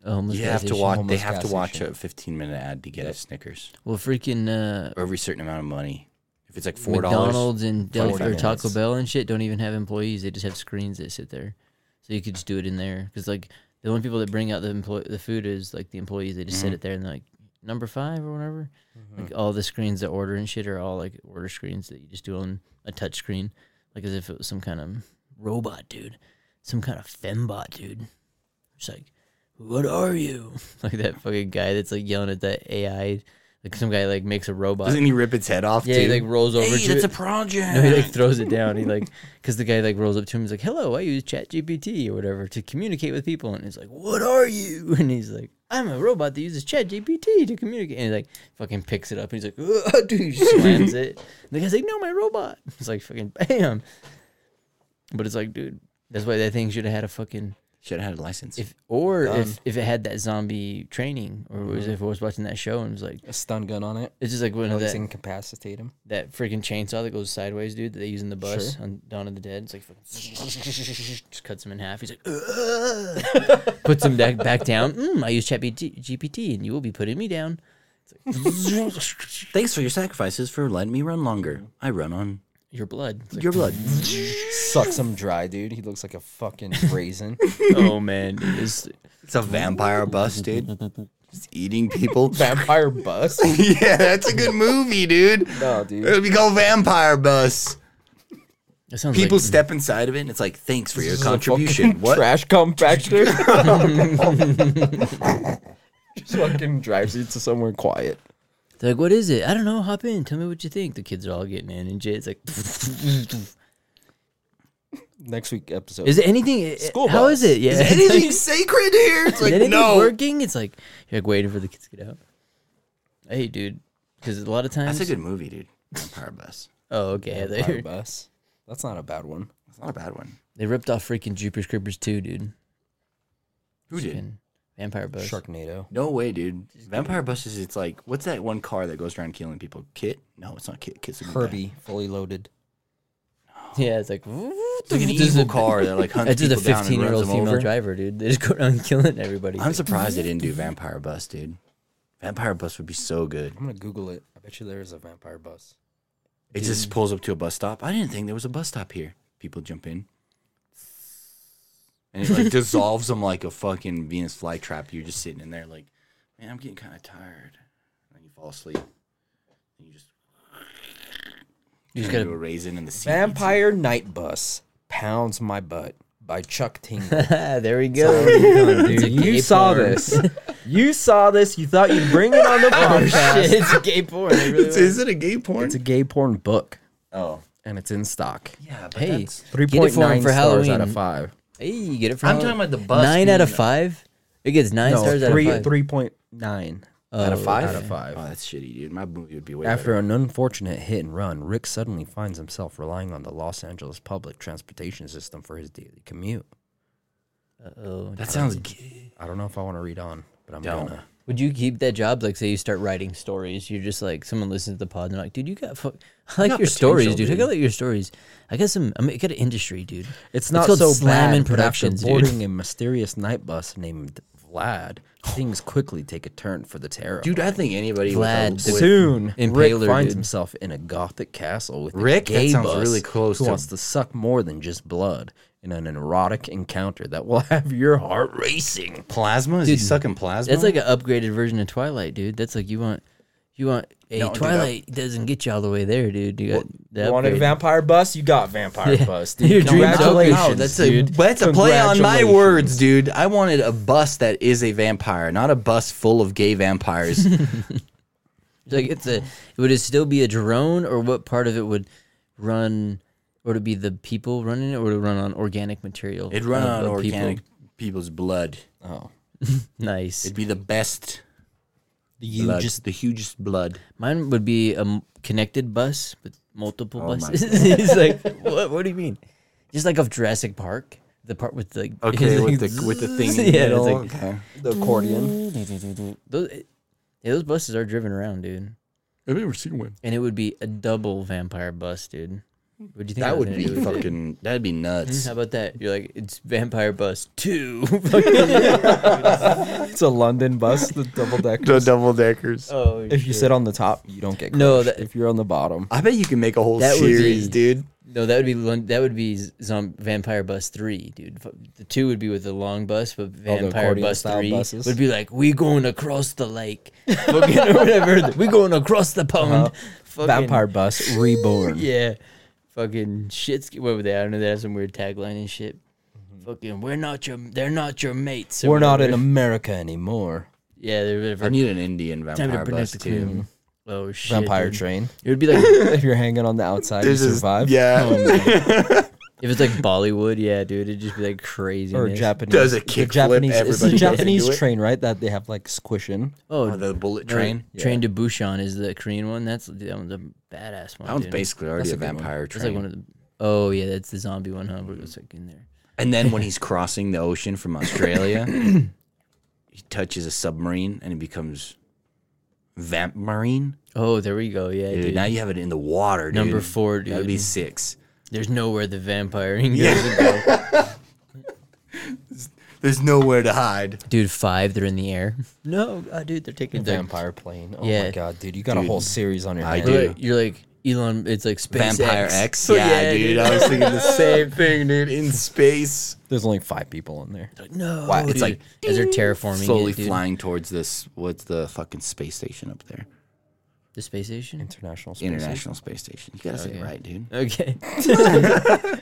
Speaker 1: A homeless
Speaker 2: You
Speaker 1: gas
Speaker 2: have to
Speaker 1: station.
Speaker 2: watch. They
Speaker 3: homeless
Speaker 2: have to
Speaker 3: gas
Speaker 2: watch
Speaker 3: station.
Speaker 2: a 15 minute ad to get a Snickers
Speaker 1: Well, freaking uh,
Speaker 2: or every certain amount of money. If it's like four dollars,
Speaker 1: McDonald's and Del-
Speaker 2: 45
Speaker 1: or Taco
Speaker 2: minutes.
Speaker 1: Bell and shit don't even have employees. They just have screens that sit there, so you could just do it in there. Because like the only people that bring out the employ- the food is like the employees. They
Speaker 2: Mm-hmm.
Speaker 1: just sit it there and they're like number five or whatever. Like all the screens that order and shit are all like order screens that you just do on a touch screen, like as if it was some kind of robot, dude, some kind of fembot, dude. Just like, what are you? like that fucking guy that's like yelling at that AI. Like some guy like makes a robot.
Speaker 2: doesn't he rip its head off?
Speaker 1: yeah, he
Speaker 2: too?
Speaker 1: like rolls over.
Speaker 2: hey,
Speaker 1: to
Speaker 2: that's
Speaker 1: it.
Speaker 2: a project.
Speaker 1: No, he like throws it down. He like, because the guy like rolls up to him. He's like, "Hello, I use ChatGPT or whatever to communicate with people." And he's like, "What are you?" And he's like, "I'm a robot that uses ChatGPT to communicate." And he like fucking picks it up and he's like, "Ugh," dude, he slams it. And the guy's like, "No, my robot." It's like fucking bam. But it's like, dude, that's why that thing should have had a fucking
Speaker 2: Should have had a license.
Speaker 1: if or if if it had that zombie training or was if I was watching that show and it was like
Speaker 3: A stun gun on it.
Speaker 1: it's just like one
Speaker 3: You know,
Speaker 1: of
Speaker 3: just
Speaker 1: that
Speaker 3: incapacitate him.
Speaker 1: that freaking chainsaw that goes sideways, dude, that they use in the bus
Speaker 3: Sure.
Speaker 1: on Dawn of the Dead. It's like fucking just cuts him in half. He's like, "Ugh." puts him back back down. Mm, I use ChatGPT, GPT, and you will be putting me down.
Speaker 2: Thanks for your sacrifices for letting me run longer. I run on
Speaker 1: Your blood. It's like,
Speaker 2: your blood.
Speaker 3: Sucks him dry, dude. He looks like a fucking raisin.
Speaker 1: oh man, dude, it's-
Speaker 2: It's a vampire bus, dude. Just eating people.
Speaker 3: Vampire bus?
Speaker 2: yeah, that's a good movie, dude.
Speaker 3: No, dude.
Speaker 2: It'll be called Vampire Bus.
Speaker 1: that sounds
Speaker 2: People
Speaker 1: like,
Speaker 2: step inside of it, and it's like, thanks for your
Speaker 3: This is a
Speaker 2: contribution.
Speaker 3: fucking
Speaker 2: What?
Speaker 3: Trash compactor. Just fucking drives you to somewhere quiet.
Speaker 1: they're like, what is it? I don't know. Hop in. Tell me what you think. The kids are all getting in, and Jay's like,
Speaker 3: Next week episode.
Speaker 1: is it anything? eh,
Speaker 3: School
Speaker 1: How
Speaker 3: bus.
Speaker 1: is it? Yeah.
Speaker 2: Is anything sacred here? It's
Speaker 1: Like,
Speaker 2: like, no.
Speaker 1: working? It's like you're like waiting for the kids to get out. Hey, dude, because a lot of times
Speaker 2: That's a good movie, dude. Vampire Bus.
Speaker 1: Oh, okay.
Speaker 3: Vampire
Speaker 1: They,
Speaker 3: bus? That's not a bad one.
Speaker 2: It's not a bad one.
Speaker 1: they ripped off freaking Jeepers Creepers too, dude.
Speaker 2: Who did?
Speaker 1: Fucking Vampire Bus.
Speaker 3: Sharknado.
Speaker 2: No way, dude. Vampire Bus is it's like, what's that one car that goes around killing people? Kit? No, it's not Kit. Kit's a good guy.
Speaker 3: Kirby, fully loaded.
Speaker 1: Yeah, it's like.
Speaker 2: It's like an evil car that like hunts
Speaker 1: That's just a
Speaker 2: people down and runs
Speaker 1: 15-year-old
Speaker 2: them
Speaker 1: female
Speaker 2: over.
Speaker 1: driver, dude. They just go around killing everybody.
Speaker 2: I'm surprised they didn't do Vampire Bus, dude. Vampire Bus would be so good.
Speaker 3: I'm gonna Google it. I bet you there is a vampire bus.
Speaker 2: It just pulls up to a bus stop. I didn't think there was a bus stop here. People jump in. And it like dissolves them like a fucking Venus flytrap. You're just sitting in there like, man, I'm getting kind of tired. And then you fall asleep. And you just
Speaker 1: You just
Speaker 2: turn into
Speaker 1: gotta-
Speaker 2: a raisin in the seat.
Speaker 3: Vampire Night Bus pounds my butt by Chuck Ting.
Speaker 1: there we go. Dude,
Speaker 3: you saw this. You saw this. You thought you'd bring it on the podcast.
Speaker 1: Shit, it's gay porn. It really was.
Speaker 2: it a gay porn?
Speaker 3: It's a gay porn book,
Speaker 2: oh.
Speaker 3: and it's in stock.
Speaker 2: Yeah, but
Speaker 1: Hey,
Speaker 2: that's...
Speaker 3: Three
Speaker 1: Get it
Speaker 3: point
Speaker 1: for 'em
Speaker 3: nine
Speaker 1: for
Speaker 3: stars out
Speaker 1: Halloween.
Speaker 3: of five.
Speaker 1: hey, you get it from
Speaker 2: I'm talking about the bus.
Speaker 1: nine out of
Speaker 2: being-
Speaker 1: five. It gets nine stars out of
Speaker 3: three
Speaker 1: five.
Speaker 3: three point nine.
Speaker 2: Out of five?
Speaker 3: out of five.
Speaker 2: Oh, that's shitty, dude. My movie would be way better.
Speaker 3: After an unfortunate hit and run, Rick suddenly finds himself relying on the Los Angeles public transportation system for his daily commute.
Speaker 1: Uh-oh.
Speaker 2: That sounds gay.
Speaker 3: I don't know if I want to read on, but I'm
Speaker 2: Don't.
Speaker 3: gonna.
Speaker 1: Would you keep that job? Like, say you start writing stories, you're just like someone listens to the pod and they're like, "Dude, you got fuck, I like
Speaker 2: got
Speaker 1: your stories,
Speaker 2: potential,
Speaker 1: dude. I
Speaker 2: dude."
Speaker 1: got like your stories. I got some. I, mean, I got an industry, dude.
Speaker 3: It's not
Speaker 1: called
Speaker 3: so
Speaker 1: Slam
Speaker 3: bad.
Speaker 1: and
Speaker 3: but after
Speaker 1: Productions, dude.
Speaker 3: boarding a mysterious night bus named Vlad, things quickly take a turn for the terror.
Speaker 2: Dude, I think anybody
Speaker 1: Vlad,
Speaker 2: with a,
Speaker 1: the-
Speaker 2: with-
Speaker 3: Soon, Rick
Speaker 1: Impaler,
Speaker 3: finds
Speaker 1: dude.
Speaker 3: himself in a gothic castle with
Speaker 2: Rick?
Speaker 3: a
Speaker 2: That
Speaker 3: gay
Speaker 2: sounds
Speaker 3: bus
Speaker 2: really close
Speaker 3: who
Speaker 2: to-
Speaker 3: wants to suck more than just blood in an erotic encounter that will have your heart racing.
Speaker 2: plasma. Is he sucking plasma?
Speaker 1: That's like an upgraded version of Twilight, dude. That's like you want, you want a
Speaker 2: No, dude,
Speaker 1: Twilight doesn't get you all the way there, dude. You got the upgrade.
Speaker 3: vampire bus? You got vampire
Speaker 1: bus, dude. Your dreams
Speaker 2: No,
Speaker 1: Congratulations,
Speaker 2: no, that's a
Speaker 1: dude.
Speaker 2: that's a play on my words, dude. I wanted a bus that is a vampire, not a bus full of gay vampires.
Speaker 1: Like it's a. Would it still be a drone, or what part of it would run, or to be the people running it, or to run on organic material?
Speaker 2: It'd run
Speaker 1: of-
Speaker 2: on
Speaker 1: of people?
Speaker 2: organic people's blood.
Speaker 3: Oh,
Speaker 1: Nice.
Speaker 2: It'd be the best,
Speaker 3: the
Speaker 2: blood,
Speaker 3: hugest
Speaker 2: the hugest blood.
Speaker 1: Mine would be a m- connected bus with multiple
Speaker 2: Oh my
Speaker 1: buses. He's like, what? What do you mean? Just like of Jurassic Park, the part with like
Speaker 2: Okay,
Speaker 1: like,
Speaker 2: with the with the thing.
Speaker 1: yeah,
Speaker 2: In the
Speaker 1: it's
Speaker 2: middle.
Speaker 1: like
Speaker 2: okay.
Speaker 3: accordion.
Speaker 1: eh, those. Yeah, those buses are driven around, dude.
Speaker 2: I've never seen one.
Speaker 1: and it would be a double vampire bus, dude. What do you think I
Speaker 2: That
Speaker 1: was
Speaker 2: would
Speaker 1: gonna
Speaker 2: be
Speaker 1: do with it?
Speaker 2: fucking. That'd be nuts.
Speaker 1: How about that? You're like, it's vampire bus two.
Speaker 3: It's a London bus, the double
Speaker 4: The
Speaker 2: Mm-hmm.
Speaker 3: decker.
Speaker 4: double deckers.
Speaker 1: oh,
Speaker 3: If you sit on the top, you don't get crushed.
Speaker 1: No,
Speaker 3: No,
Speaker 1: that-
Speaker 3: if you're on the bottom,
Speaker 4: I bet you can make a whole
Speaker 1: That would
Speaker 4: series,
Speaker 1: be-
Speaker 4: dude.
Speaker 1: No, that would be Lon- that would be Zom- Vampire Bus Three, dude. F- The two would be with the long bus, but Vampire
Speaker 3: accordion
Speaker 1: Bus
Speaker 3: style
Speaker 1: Three
Speaker 3: buses.
Speaker 1: would be like, "We going across the lake, fucking or whatever. We going across the pond, Fucking-
Speaker 3: Uh-huh. vampire bus reborn.
Speaker 1: Yeah, fucking shit's what were they? I don't know. They have some weird tagline and shit. Fucking, we're not your, they're not your mates. or
Speaker 3: Mm-hmm. We're not in
Speaker 1: whatever.
Speaker 3: America anymore.
Speaker 1: Yeah, they're whatever.
Speaker 2: I need an Indian
Speaker 1: Time to
Speaker 2: vampire
Speaker 1: protect
Speaker 2: bus
Speaker 1: the
Speaker 2: too.
Speaker 1: community. Oh shit,
Speaker 3: Vampire
Speaker 1: dude.
Speaker 3: train.
Speaker 1: It would be like if
Speaker 3: If you're hanging on the outside, you
Speaker 4: There's just-
Speaker 3: survive.
Speaker 4: yeah.
Speaker 2: Oh
Speaker 1: it's like Bollywood. Yeah, dude, it'd just be like crazy.
Speaker 3: Or Japanese.
Speaker 4: Does a
Speaker 3: the
Speaker 4: kickflip,
Speaker 3: Japanese, It's
Speaker 4: everybody
Speaker 3: the
Speaker 4: goes
Speaker 3: Japanese
Speaker 4: into it?
Speaker 3: train, right? That they have like squish in.
Speaker 1: Oh,
Speaker 2: Or the bullet
Speaker 1: No,
Speaker 2: train.
Speaker 1: Train to Busan is the Korean one. That's that one's a badass one.
Speaker 2: That one's
Speaker 1: dude.
Speaker 2: basically already a
Speaker 3: That's a good one.
Speaker 2: vampire
Speaker 1: That's
Speaker 2: train. Mm.
Speaker 1: like one of the. Oh yeah, that's the zombie one, huh? Where it was like in there.
Speaker 2: And then when he's crossing the ocean from Australia, he touches a submarine and it becomes vamp marine.
Speaker 1: Oh, there we go. Yeah,
Speaker 2: Dude,
Speaker 1: dude.
Speaker 2: now you have it in the water, dude.
Speaker 1: Number four,
Speaker 2: That'd be
Speaker 1: dude.
Speaker 2: six.
Speaker 1: There's nowhere the vampire goes. to go.
Speaker 4: There's nowhere to hide.
Speaker 1: dude, five. They're in the air. No, oh, dude, they're taking the
Speaker 3: Vampire plane. Oh
Speaker 1: Yeah.
Speaker 3: my god, dude, you got a whole series on your
Speaker 2: I
Speaker 3: hands.
Speaker 2: do.
Speaker 1: You're like, you're like Elon. It's like Oh, space
Speaker 2: Vampire X? Yeah, dude,
Speaker 4: I was thinking the same thing, dude. In space.
Speaker 3: There's only five people in there.
Speaker 1: No,
Speaker 2: Wow,
Speaker 1: dude.
Speaker 2: it's like
Speaker 1: as they're terraforming
Speaker 2: Slowly
Speaker 1: it, dude.
Speaker 2: flying towards this, what's the fucking space station up there?
Speaker 1: the space station.
Speaker 3: International space.
Speaker 2: International Space Station. You gotta say it right, dude.
Speaker 1: Okay,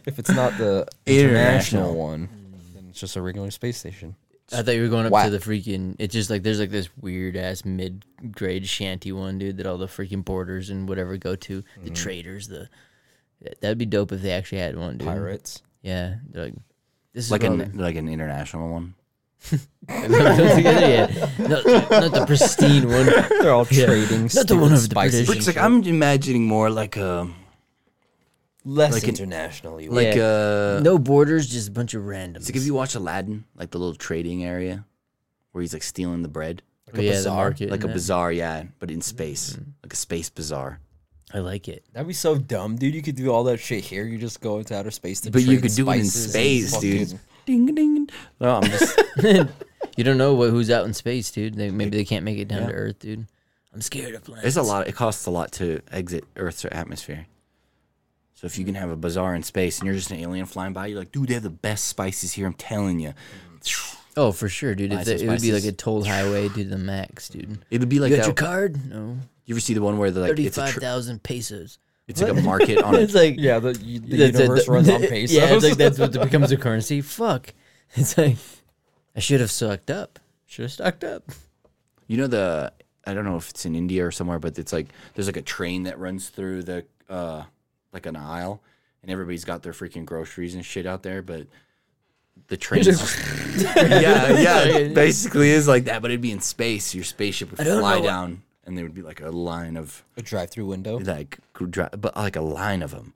Speaker 3: If it's not the
Speaker 2: International.
Speaker 3: international one, then it's just a regular space station.
Speaker 1: I thought you were going up
Speaker 3: Wow.
Speaker 1: to the freaking. It's just like there's like this weird ass mid grade shanty one, dude, that all the freaking boarders and whatever go to.
Speaker 2: Mm-hmm.
Speaker 1: The traders, the that- that'd be dope if they actually had one, dude.
Speaker 3: Pirates.
Speaker 1: Yeah, they're like this is
Speaker 2: Like
Speaker 1: like
Speaker 2: an like an international one.
Speaker 1: yeah. not, not the pristine one.
Speaker 3: They're all trading.
Speaker 1: Not the one of
Speaker 3: stupid
Speaker 1: the British.
Speaker 3: spices and
Speaker 1: But
Speaker 2: It's
Speaker 1: it's
Speaker 2: like
Speaker 3: shit.
Speaker 2: I'm imagining more like a
Speaker 3: less
Speaker 2: like an-
Speaker 3: internationally.
Speaker 2: like a
Speaker 1: No borders, just a bunch of randoms.
Speaker 2: It's like if you watch Aladdin, like the little trading area where he's like stealing the bread,
Speaker 1: Oh, yeah, Mm-hmm. the market,
Speaker 2: like a
Speaker 1: and that.
Speaker 2: bazaar, yeah, but in space, like a space bazaar.
Speaker 1: I like it.
Speaker 3: That'd be so dumb, dude. You could do all that shit here. You just go into outer space to
Speaker 2: But you
Speaker 3: trade
Speaker 2: could do it in
Speaker 3: spices and
Speaker 2: space, dude.
Speaker 3: fucking-
Speaker 2: Ding ding. No, I'm just
Speaker 1: You don't know what, who's out in space, dude. They, maybe they can't make it down to Earth, dude. I'm scared of planets.
Speaker 2: there's a lot. It costs a lot to exit Earth's atmosphere. So if you can have a bazaar in space and you're just an alien flying by, you're like, dude, they have the best spices here. I'm telling you,
Speaker 1: Oh, for sure, dude. If
Speaker 2: Ice
Speaker 1: they,
Speaker 2: and
Speaker 1: it would be like
Speaker 2: spices.
Speaker 1: a toll highway to the max, dude.
Speaker 2: it'll be like
Speaker 1: You got your
Speaker 2: that.
Speaker 1: card? No.
Speaker 2: You ever see the one where they're like it's a
Speaker 1: Thirty-five
Speaker 2: tr-
Speaker 1: thousand pesos.
Speaker 2: it's like a market on a
Speaker 1: It's like
Speaker 3: Yeah, the, you, the
Speaker 1: that's it,
Speaker 3: universe
Speaker 1: the-
Speaker 3: runs on pesos.
Speaker 1: Yeah, it's like that's what becomes a currency. Fuck. It's like I should have sucked up. Should have stocked up.
Speaker 2: You know the I don't know if it's in India or somewhere, but it's like there's like a train that runs through the uh like an aisle, and everybody's got their freaking groceries and shit out there, but the train. yeah, yeah, it basically is like that, but it'd be in space. Your spaceship would
Speaker 1: don't
Speaker 2: fly
Speaker 1: know what-
Speaker 2: down, and there would be like a line of
Speaker 3: a drive-through window.
Speaker 2: like gr- dri- but like a line of them.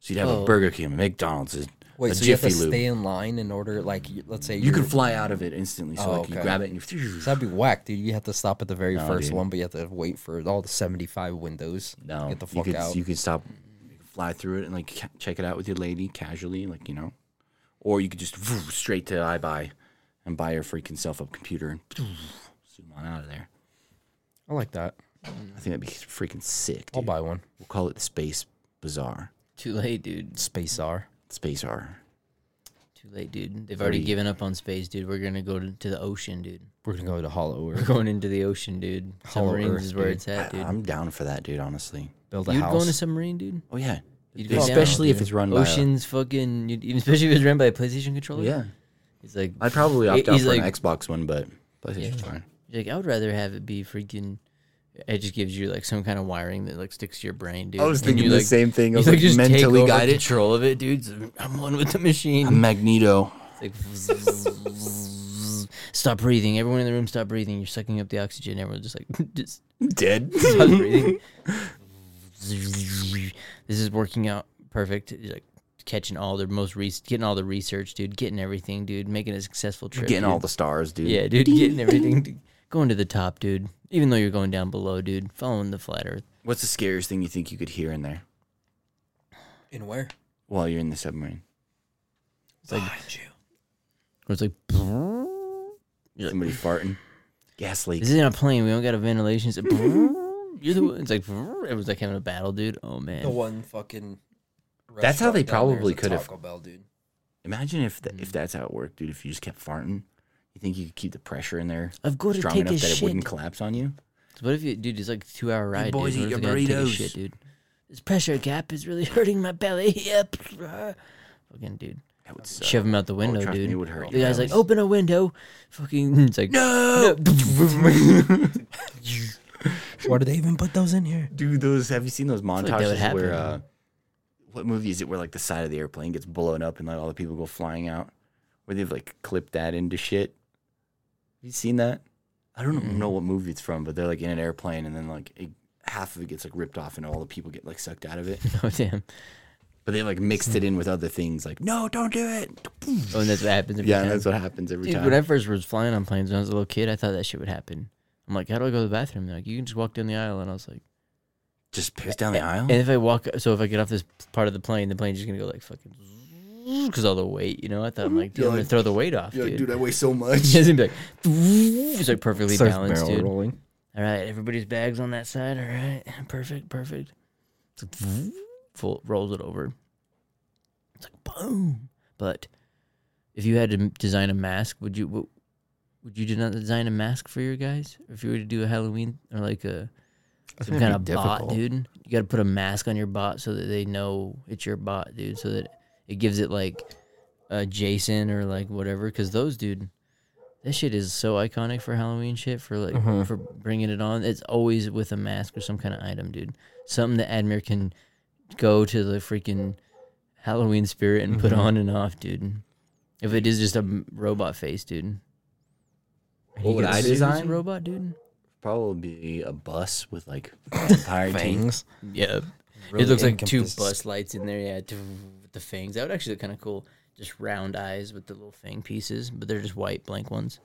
Speaker 2: So you'd have
Speaker 1: Oh.
Speaker 2: a Burger King, a McDonald's, a,
Speaker 3: Wait,
Speaker 2: a
Speaker 3: so you have
Speaker 2: Jiffy
Speaker 3: to
Speaker 2: Lube.
Speaker 3: stay in line in order, like, you- let's say
Speaker 2: you
Speaker 3: you're-
Speaker 2: could fly out of it instantly. So
Speaker 3: Oh,
Speaker 2: like you
Speaker 3: okay.
Speaker 2: grab it and you.
Speaker 3: So that'd be whack, dude. You have to stop at the very first
Speaker 2: dude.
Speaker 3: one, but you have to wait for all the 75 windows. to
Speaker 2: No,
Speaker 3: Get the
Speaker 2: you
Speaker 3: fuck
Speaker 2: could,
Speaker 3: out.
Speaker 2: You could stop, fly through it, and like ca- check it out with your lady casually, like you know, or you could just vroom, straight to iBuy and buy your freaking self up computer and zoom on out of there.
Speaker 3: I like that.
Speaker 2: I think that'd be freaking sick.
Speaker 3: I'll
Speaker 2: dude.
Speaker 3: buy one.
Speaker 2: We'll call it the Space Bazaar.
Speaker 1: Too late, dude.
Speaker 3: Space R.
Speaker 2: Space R.
Speaker 1: Too late, dude. They've already
Speaker 2: Three.
Speaker 1: given up on space, dude. We're gonna go to, to the ocean, dude.
Speaker 3: We're going to go to Hollow
Speaker 1: We're
Speaker 3: Earth.
Speaker 1: going into the ocean, dude.
Speaker 3: Hollow
Speaker 1: Submarines
Speaker 3: Earth,
Speaker 1: is where
Speaker 3: dude.
Speaker 1: it's at, dude.
Speaker 2: I, am down for that, dude. Honestly.
Speaker 3: Build a
Speaker 1: You'd go
Speaker 3: house.
Speaker 1: in a submarine, dude.
Speaker 2: Oh yeah.
Speaker 1: You'd go down,
Speaker 2: Especially if
Speaker 1: dude.
Speaker 2: it's run by.
Speaker 1: oceans, fucking. You'd, even especially if it's run by a PlayStation
Speaker 2: a-
Speaker 1: controller.
Speaker 2: yeah,
Speaker 1: it's like
Speaker 2: I'd probably opt out
Speaker 1: He's
Speaker 2: for an
Speaker 1: like-
Speaker 2: Xbox one, but PlayStation's
Speaker 1: Yeah.
Speaker 2: fine.
Speaker 1: Like I would rather have it be freaking. It just gives you like some kind of wiring that like sticks to your brain, dude.
Speaker 4: I was
Speaker 1: And
Speaker 4: thinking
Speaker 1: you,
Speaker 4: the
Speaker 1: like,
Speaker 4: same thing. I
Speaker 1: You
Speaker 4: was
Speaker 1: like
Speaker 4: like,
Speaker 1: just mentally
Speaker 4: mentally
Speaker 1: take over
Speaker 4: guided.
Speaker 1: control of it, dude. So I'm one with the machine.
Speaker 2: Magneto.
Speaker 1: It's like, stop breathing. Everyone in the room, stop breathing. You're sucking up the oxygen. Everyone just like just
Speaker 4: Dead.
Speaker 1: stop breathing. this is working out perfect. You're, like catching all their most re- getting all the research, dude. Getting everything, dude. Making a successful trip.
Speaker 2: Getting
Speaker 1: dude.
Speaker 2: all the stars, dude.
Speaker 1: yeah, dude. Getting everything. dude. Going to the top, dude. Even though you're going down below, dude. Following the flat Earth.
Speaker 2: What's the scariest thing you think you could hear in there
Speaker 3: In where?
Speaker 2: while you're in the submarine?
Speaker 3: Behind you.
Speaker 1: Where it's like, Yeah.
Speaker 2: Somebody farting, gas leak.
Speaker 1: this isn't a plane. We don't got a ventilation. It's, like, you're the one. It's like it was like having a battle, dude. Oh man.
Speaker 3: The one fucking.
Speaker 2: That's how they
Speaker 3: restaurant down there is
Speaker 2: probably
Speaker 3: a
Speaker 2: could have-
Speaker 3: Taco Bell, dude.
Speaker 2: Imagine if th-
Speaker 1: Mm.
Speaker 2: if that's how it worked, dude. If you just kept farting, you think you could keep the pressure in there
Speaker 1: I've got to
Speaker 2: strong
Speaker 1: take
Speaker 2: enough
Speaker 1: a
Speaker 2: that it wouldn't
Speaker 1: shit.
Speaker 2: collapse on you?
Speaker 1: What if you, dude? It's like a two-hour ride.
Speaker 2: boys,
Speaker 1: dude.
Speaker 2: eat
Speaker 1: What
Speaker 2: your
Speaker 1: if I gotta take a
Speaker 2: burritos.
Speaker 1: shit, dude. This pressure gap is really hurting my belly. Yep. Fucking dude,
Speaker 2: That would suck.
Speaker 1: shove him out the window,
Speaker 2: oh, trust me,
Speaker 1: dude.
Speaker 2: it would hurt
Speaker 1: The
Speaker 2: your
Speaker 1: guy's like, "Oh, open
Speaker 2: belly.
Speaker 1: a window. Fucking, it's like no.
Speaker 3: Why do they even put those in here?
Speaker 2: Dude, those have you seen those
Speaker 1: like that would
Speaker 2: montages
Speaker 1: happen.
Speaker 2: where uh, what movie is it where like the side of the airplane gets blown up and like all the people go flying out? Where they've like clipped that into shit. Have you seen that? I don't know what movie it's from, but they're like in an airplane and then like it, half of it gets like ripped off and all the people get like sucked out of it.
Speaker 1: oh damn.
Speaker 2: But they like mixed it in with other things like, no, don't do it.
Speaker 1: Oh, and that's what happens. Every
Speaker 2: Yeah,
Speaker 1: time.
Speaker 2: and that's what happens every
Speaker 1: Dude,
Speaker 2: time.
Speaker 1: when I first was flying on planes when I was a little kid, I thought that shit would happen. I'm like, how do I go to the bathroom? They're like, you can just walk down the aisle. And I was like,
Speaker 2: Just piss down the aisle?
Speaker 1: and if I walk, so if I get off this part of the plane, the plane's just gonna go like fucking, because all the weight, you know. I thought I'm like, dude, I'm gonna throw the weight off, dude.
Speaker 4: I weigh so much.
Speaker 1: Yeah, it's gonna be like, it's like perfectly balanced, dude.
Speaker 3: rolling.
Speaker 1: All right, everybody's bags on that side. All right, perfect, perfect. It's like, full, rolls it over. It's like boom. But if you had to m- design a mask, would you would, would you do not design a mask for your guys? If you were to do a Halloween or like a some kind of bot, dude, you got to put a mask on your bot so that they know it's your bot, dude. So that it gives it like uh, Jason or like whatever. Because those, dude, that shit is so iconic for Halloween shit. For like for bringing it on, it's always with a mask or some kind of item, dude. Something that Admir can go to the freaking Halloween spirit and put on and off, dude. If it is just a m- robot face, dude.
Speaker 2: What would I
Speaker 1: Is it a
Speaker 2: design?
Speaker 1: robot, dude.
Speaker 2: Probably a bus with like vampire teeth.
Speaker 3: Fangs.
Speaker 1: Yeah.
Speaker 3: Really
Speaker 1: it looks like two
Speaker 3: encompass-
Speaker 1: bus lights in there, yeah, two, with the fangs. That would actually look kind of cool. Just round eyes with the little fang pieces, but they're just white, blank ones.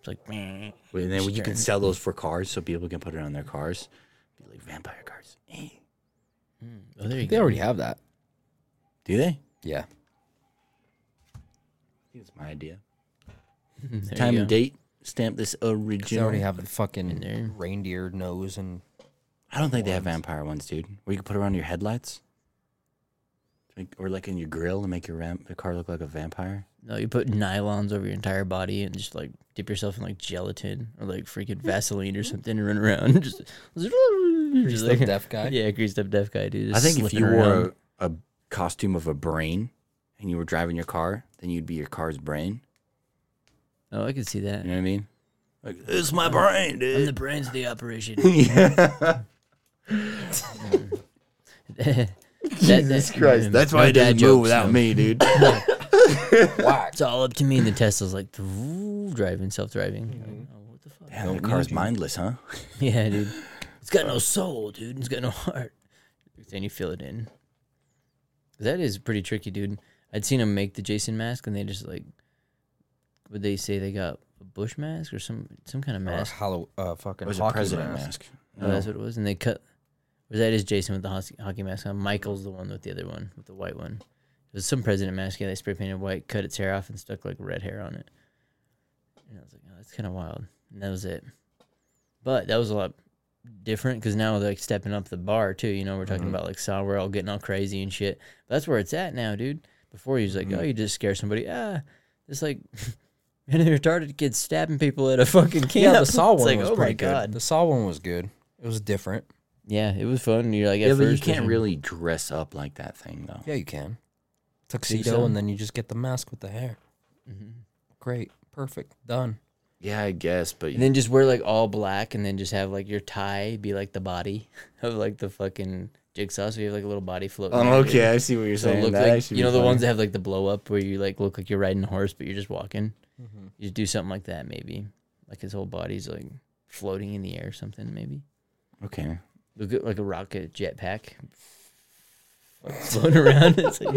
Speaker 1: It's like, meh.
Speaker 2: And then you
Speaker 1: Sure.
Speaker 2: can sell those for cars so people can put it on their cars. Be like vampire cars. Eh.
Speaker 1: oh, there you
Speaker 3: They
Speaker 1: go.
Speaker 3: already have that.
Speaker 2: Do they? I
Speaker 3: Yeah.
Speaker 2: think it's my idea.
Speaker 1: There
Speaker 2: Time
Speaker 1: you
Speaker 2: and
Speaker 1: go.
Speaker 2: date. Stamp this
Speaker 3: They
Speaker 2: original.
Speaker 3: already have the fucking
Speaker 1: there.
Speaker 3: reindeer nose and
Speaker 2: I don't think they have vampire ones, dude. Where you can put around your headlights, Like- or like in your grill and make your ramp the car look like a vampire.
Speaker 1: No, you put nylons over your entire body and just like dip yourself in like gelatin or like freaking Vaseline or something and run around. just, just
Speaker 3: the deaf guy.
Speaker 1: Yeah, greased up deaf guy, dude.
Speaker 2: I
Speaker 1: just
Speaker 2: think if
Speaker 1: slipping
Speaker 2: you
Speaker 1: around.
Speaker 2: wore a, a costume of a brain and you were driving your car, then you'd be your car's brain.
Speaker 1: Oh, I could see that.
Speaker 2: You know what I mean? Like it's my brain,
Speaker 1: I'm the
Speaker 2: dude.
Speaker 1: brains of the operation. Jesus Christ,
Speaker 4: That's why it doesn't move without me, dude.
Speaker 1: It's all up to me, and the Tesla's like "Vroom," driving, self-driving. You're like, oh, what the fuck?
Speaker 2: Damn, the car's mindless, huh?
Speaker 1: Yeah, dude. It's got no soul, dude. It's got no heart. Then you fill it in. That is pretty tricky, dude. I'd seen them make the Jason mask, and they just like, would they say they got a bush mask or some some kind of
Speaker 3: or
Speaker 1: mask?
Speaker 3: hollow, uh, fucking
Speaker 2: It was a
Speaker 3: hockey
Speaker 2: president
Speaker 3: mask.
Speaker 2: mask.
Speaker 1: Oh, that's what it was. And they cut. Was that is Jason with the hos- hockey mask on? Michael's the one with the other one, with the white one. It was some president mask. Yeah, they spray painted white, cut its hair off, and stuck like red hair on it. And I was like, oh, that's kind of wild. And that was it. But that was a lot different because now they're like stepping up the bar too. You know, we're
Speaker 3: Mm-hmm.
Speaker 1: talking about like Saw, we're all getting all crazy and shit. that's where it's at now, dude. Before you was
Speaker 3: Mm-hmm.
Speaker 1: like, oh, you just scare somebody. Ah, it's like. And retarded kids stabbing people at a fucking camp.
Speaker 3: Yeah, the saw
Speaker 1: It's
Speaker 3: one
Speaker 1: like,
Speaker 3: was
Speaker 1: oh my
Speaker 3: pretty good.
Speaker 1: god.
Speaker 3: The saw one was good. It was different.
Speaker 1: Yeah, it was fun. You're like,
Speaker 2: Yeah,
Speaker 1: at
Speaker 2: but you
Speaker 1: first,
Speaker 2: can't
Speaker 1: there's-
Speaker 2: really dress up like that thing though.
Speaker 3: Yeah, you can tuxedo,
Speaker 1: so?
Speaker 3: and then you just get the mask with the hair.
Speaker 1: Mm-hmm.
Speaker 3: Great, perfect, done.
Speaker 2: Yeah, I guess, but
Speaker 1: And then just wear like all black, and then just have like your tie be like the body of like the fucking jigsaw. So you have like a little body floating.
Speaker 4: Oh,
Speaker 1: there, dude.
Speaker 4: okay, I see what you're
Speaker 1: So
Speaker 4: saying.
Speaker 1: look
Speaker 4: That
Speaker 1: like
Speaker 4: actually
Speaker 1: you know
Speaker 4: be
Speaker 1: the
Speaker 4: funny.
Speaker 1: ones that have like the blow up where you like look like you're riding a horse, but you're just walking.
Speaker 2: Mm-hmm.
Speaker 1: You just do something like that, maybe. Like his whole body's like floating in the air or something, maybe.
Speaker 2: okay.
Speaker 1: Look at like a rocket jetpack floating around. It's like,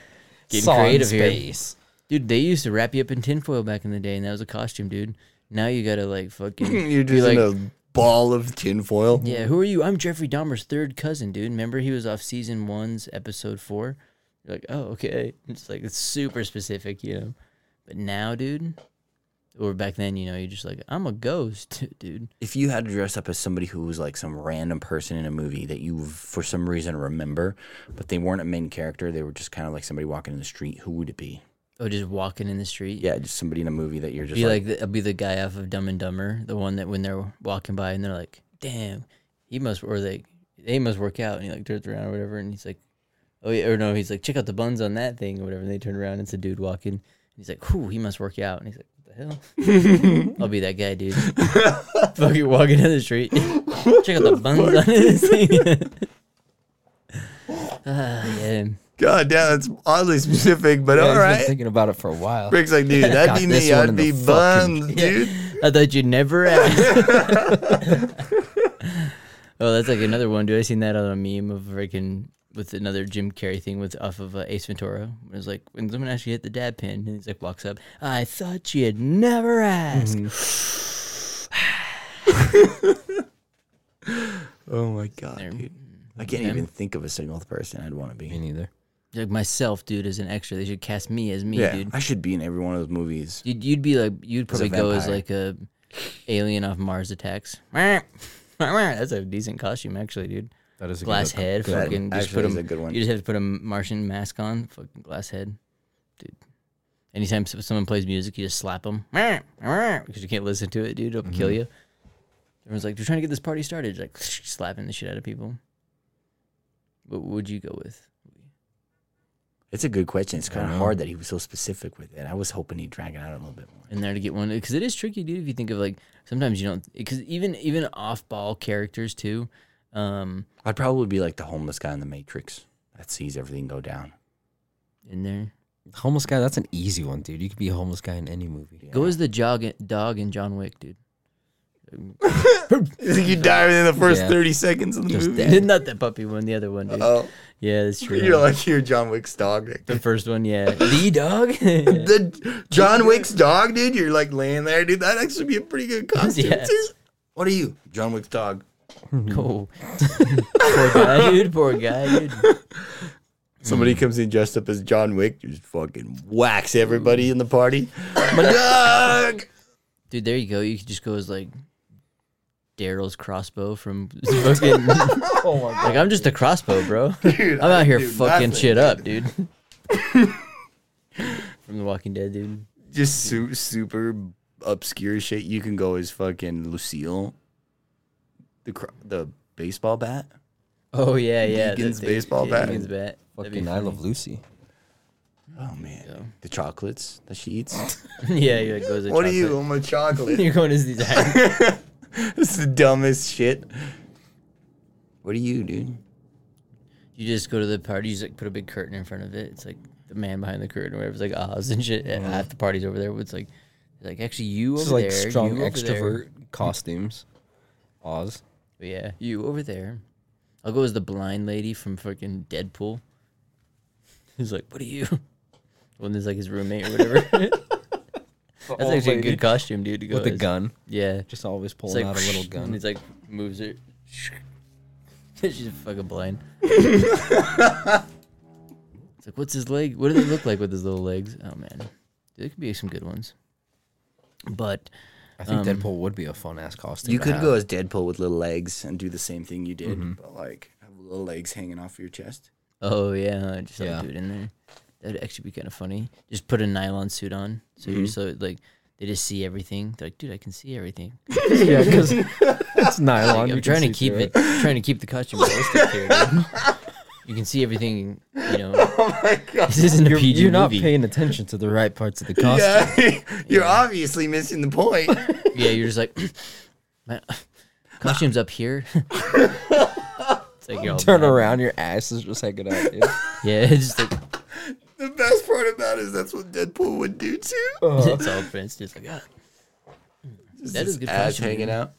Speaker 1: getting
Speaker 3: Saw in
Speaker 1: creative here.
Speaker 3: space.
Speaker 1: Dude, they used to wrap you up in tinfoil back in the day, and that was a costume, dude. Now you gotta like fucking.
Speaker 2: You're
Speaker 1: be
Speaker 2: just
Speaker 1: like,
Speaker 2: in a ball of tinfoil.
Speaker 1: yeah, who are you? I'm Jeffrey Dahmer's third cousin, dude. Remember he was off season one's episode four. You're like, oh, okay. It's like it's super specific, you know. But now, dude, or back then, you know, you're just like, I'm a ghost, dude.
Speaker 2: If you had to dress up as somebody who was like some random person in a movie that you, for some reason, remember, but they weren't a main character, they were just kind of like somebody walking in the street, who would it be?
Speaker 1: Oh, just walking in the street.
Speaker 2: Yeah, just somebody in a movie that you're just
Speaker 1: be
Speaker 2: like,
Speaker 1: like, the, I'll be the guy off of Dumb and Dumber, the one that when they're walking by and they're like, "Damn, he must," or they they must work out, and he like turns around or whatever, and he's like, "Oh yeah," or no, he's like, "Check out the buns on that thing" or whatever, and they turn around, and it's a dude walking, and he's like, "Whew, he must work out," and he's like, "What the hell?" I'll be that guy, dude, fucking walking down the street, check out the buns on this thing. Ah, yeah.
Speaker 2: God damn, that's oddly specific, but
Speaker 3: Yeah,
Speaker 2: all
Speaker 3: he's
Speaker 2: right.
Speaker 3: been thinking about it for a while.
Speaker 2: Rick's like, dude, that'd
Speaker 3: Got
Speaker 2: be
Speaker 3: this
Speaker 2: me.
Speaker 3: one
Speaker 2: I'd
Speaker 3: in the
Speaker 2: be
Speaker 3: fucking-
Speaker 2: buns, dude.
Speaker 1: I thought you'd never ask. oh, that's like another one. Dude, I seen that on a meme of freaking with another Jim Carrey thing with off of uh, Ace Ventura. It was like when someone actually hit the dad pin, and he's like walks up. I thought you'd never ask.
Speaker 2: Mm-hmm. Oh my god,
Speaker 1: There.
Speaker 2: dude. I can't
Speaker 1: Yeah.
Speaker 2: even think of a single person I'd want to
Speaker 3: Me
Speaker 2: be.
Speaker 3: neither.
Speaker 1: Like myself, dude, as an extra, they should cast me as me,
Speaker 2: Yeah,
Speaker 1: dude.
Speaker 2: I should be in every one of those movies.
Speaker 1: You'd, you'd be like, you'd
Speaker 2: As a
Speaker 1: probably go as
Speaker 2: vampire.
Speaker 1: like a alien off Mars attacks. That's a decent costume, actually, dude.
Speaker 3: That is a
Speaker 1: glass
Speaker 3: good look.
Speaker 1: head,
Speaker 2: That
Speaker 1: fucking just
Speaker 2: actually
Speaker 1: put
Speaker 2: is
Speaker 1: him-
Speaker 2: a good one.
Speaker 1: You just have to put a Martian mask on, fucking glass head, dude. Anytime s- someone plays music, you just slap them because you can't listen to it, dude. It'll kill you. Everyone's like, "We're trying to get this party started," like slapping the shit out of people. What would you go with?
Speaker 2: It's a good question. It's kind
Speaker 3: I
Speaker 2: of
Speaker 1: Uh-huh.
Speaker 3: know.
Speaker 2: hard that he was so specific with it. I was hoping he'd drag it out a little bit more.
Speaker 1: in there to get one because it is tricky, dude. If you think of like sometimes you don't because even even off ball characters too. Um,
Speaker 2: I'd probably be like the homeless guy in the Matrix that sees everything go down.
Speaker 1: in there,
Speaker 3: Homeless guy, that's an easy one, dude. You could be a homeless guy in any movie.
Speaker 1: go as the jog dog in John Wick, dude.
Speaker 2: you die within the
Speaker 3: first Yeah.
Speaker 2: 30 seconds of the
Speaker 3: Just
Speaker 2: movie.
Speaker 3: dead.
Speaker 1: Not that puppy one, the other one, dude.
Speaker 2: Oh,
Speaker 1: Yeah, that's true.
Speaker 2: like, you're John Wick's dog.
Speaker 1: the first one, yeah. the dog? yeah.
Speaker 2: The John Wick's dog, dude. You're like laying there, dude. That'd actually be a pretty good costume,
Speaker 1: Yes.
Speaker 2: too. What are you? John Wick's dog.
Speaker 1: Cool. poor guy, dude. Poor guy, dude.
Speaker 2: Somebody comes in dressed up as John Wick, just fucking whacks everybody in the party. My dog.
Speaker 1: Dude, there you go. You could just go as like Daryl's crossbow from fucking. Like, I'm just a crossbow, bro. I'm out here
Speaker 2: do
Speaker 1: fucking
Speaker 2: Oh nothing,
Speaker 1: shit up, dude. from The Walking Dead, dude.
Speaker 2: Just su- super obscure shit. You can go as fucking Lucille, the cr- the baseball bat.
Speaker 1: Oh, yeah, yeah. that
Speaker 2: Negan's
Speaker 1: dude.
Speaker 2: baseball
Speaker 1: yeah,
Speaker 2: bat.
Speaker 1: Negan's bat. That'd be
Speaker 3: Fucking I Love Lucy.
Speaker 2: Oh man, the chocolates that she eats.
Speaker 1: fun. yeah, you like, goes as a
Speaker 2: what are you?
Speaker 1: chocolate.
Speaker 2: I'm a chocolate.
Speaker 1: You're going as these guys.
Speaker 2: this is the dumbest shit. What are you, dude?
Speaker 1: You just go to the party, you just like put a big curtain in front of it. It's like the man behind the curtain, or whatever. It's like Oz and shit. And half the party's over there. It's like, like actually you over
Speaker 3: Mm-hmm. This is like
Speaker 1: there,
Speaker 3: strong
Speaker 1: you over there.
Speaker 3: extrovert costumes. Oz.
Speaker 1: But yeah, you over there. I'll go as the blind lady from fucking Deadpool. He's like, what are you? When there's like his roommate or whatever. That's actually a good costume, dude. To go
Speaker 3: With a
Speaker 1: as.
Speaker 3: gun.
Speaker 1: Yeah,
Speaker 3: Just always
Speaker 1: it's like
Speaker 3: pulling out a little
Speaker 1: And
Speaker 3: gun.
Speaker 1: he's like moves it. She's fucking blind. it's like, what's his leg? What do they look like with his little legs? Oh man, there could be some good ones. But
Speaker 3: I think
Speaker 1: Um,
Speaker 3: Deadpool would be a fun ass costume.
Speaker 2: You
Speaker 3: to
Speaker 2: could
Speaker 3: have.
Speaker 2: go as Deadpool with little legs and do the same thing you did, but like have little legs hanging off your chest.
Speaker 1: oh yeah, just
Speaker 3: Yeah.
Speaker 1: like, do it in there. That'd actually be kind of funny. Just put a nylon suit on, so
Speaker 3: Mm-hmm.
Speaker 1: you're so like they just see everything. They're like, dude, I can see everything.
Speaker 3: yeah, because it's nylon.
Speaker 1: I'm
Speaker 3: Oh, you can
Speaker 1: trying to
Speaker 3: see
Speaker 1: keep
Speaker 3: through
Speaker 1: it, trying to keep the costume realistic here. dude. You can see everything, you know. This isn't
Speaker 3: Oh You're,
Speaker 1: a PG
Speaker 3: you're not
Speaker 1: movie.
Speaker 3: paying attention to the right parts of the costume.
Speaker 2: Yeah, you're obviously missing the point.
Speaker 1: Yeah, you're just like, "My- costume's up here. it's like you're all
Speaker 3: Turn
Speaker 1: bad.
Speaker 3: around, your ass is just hanging out. Dude.
Speaker 1: Yeah, it's just like
Speaker 2: the best part about it is that's what Deadpool would do too.
Speaker 3: Uh-huh.
Speaker 1: it's all Prince. Just like ah. That is a good
Speaker 2: Ass
Speaker 1: costume.
Speaker 2: hanging
Speaker 1: dude.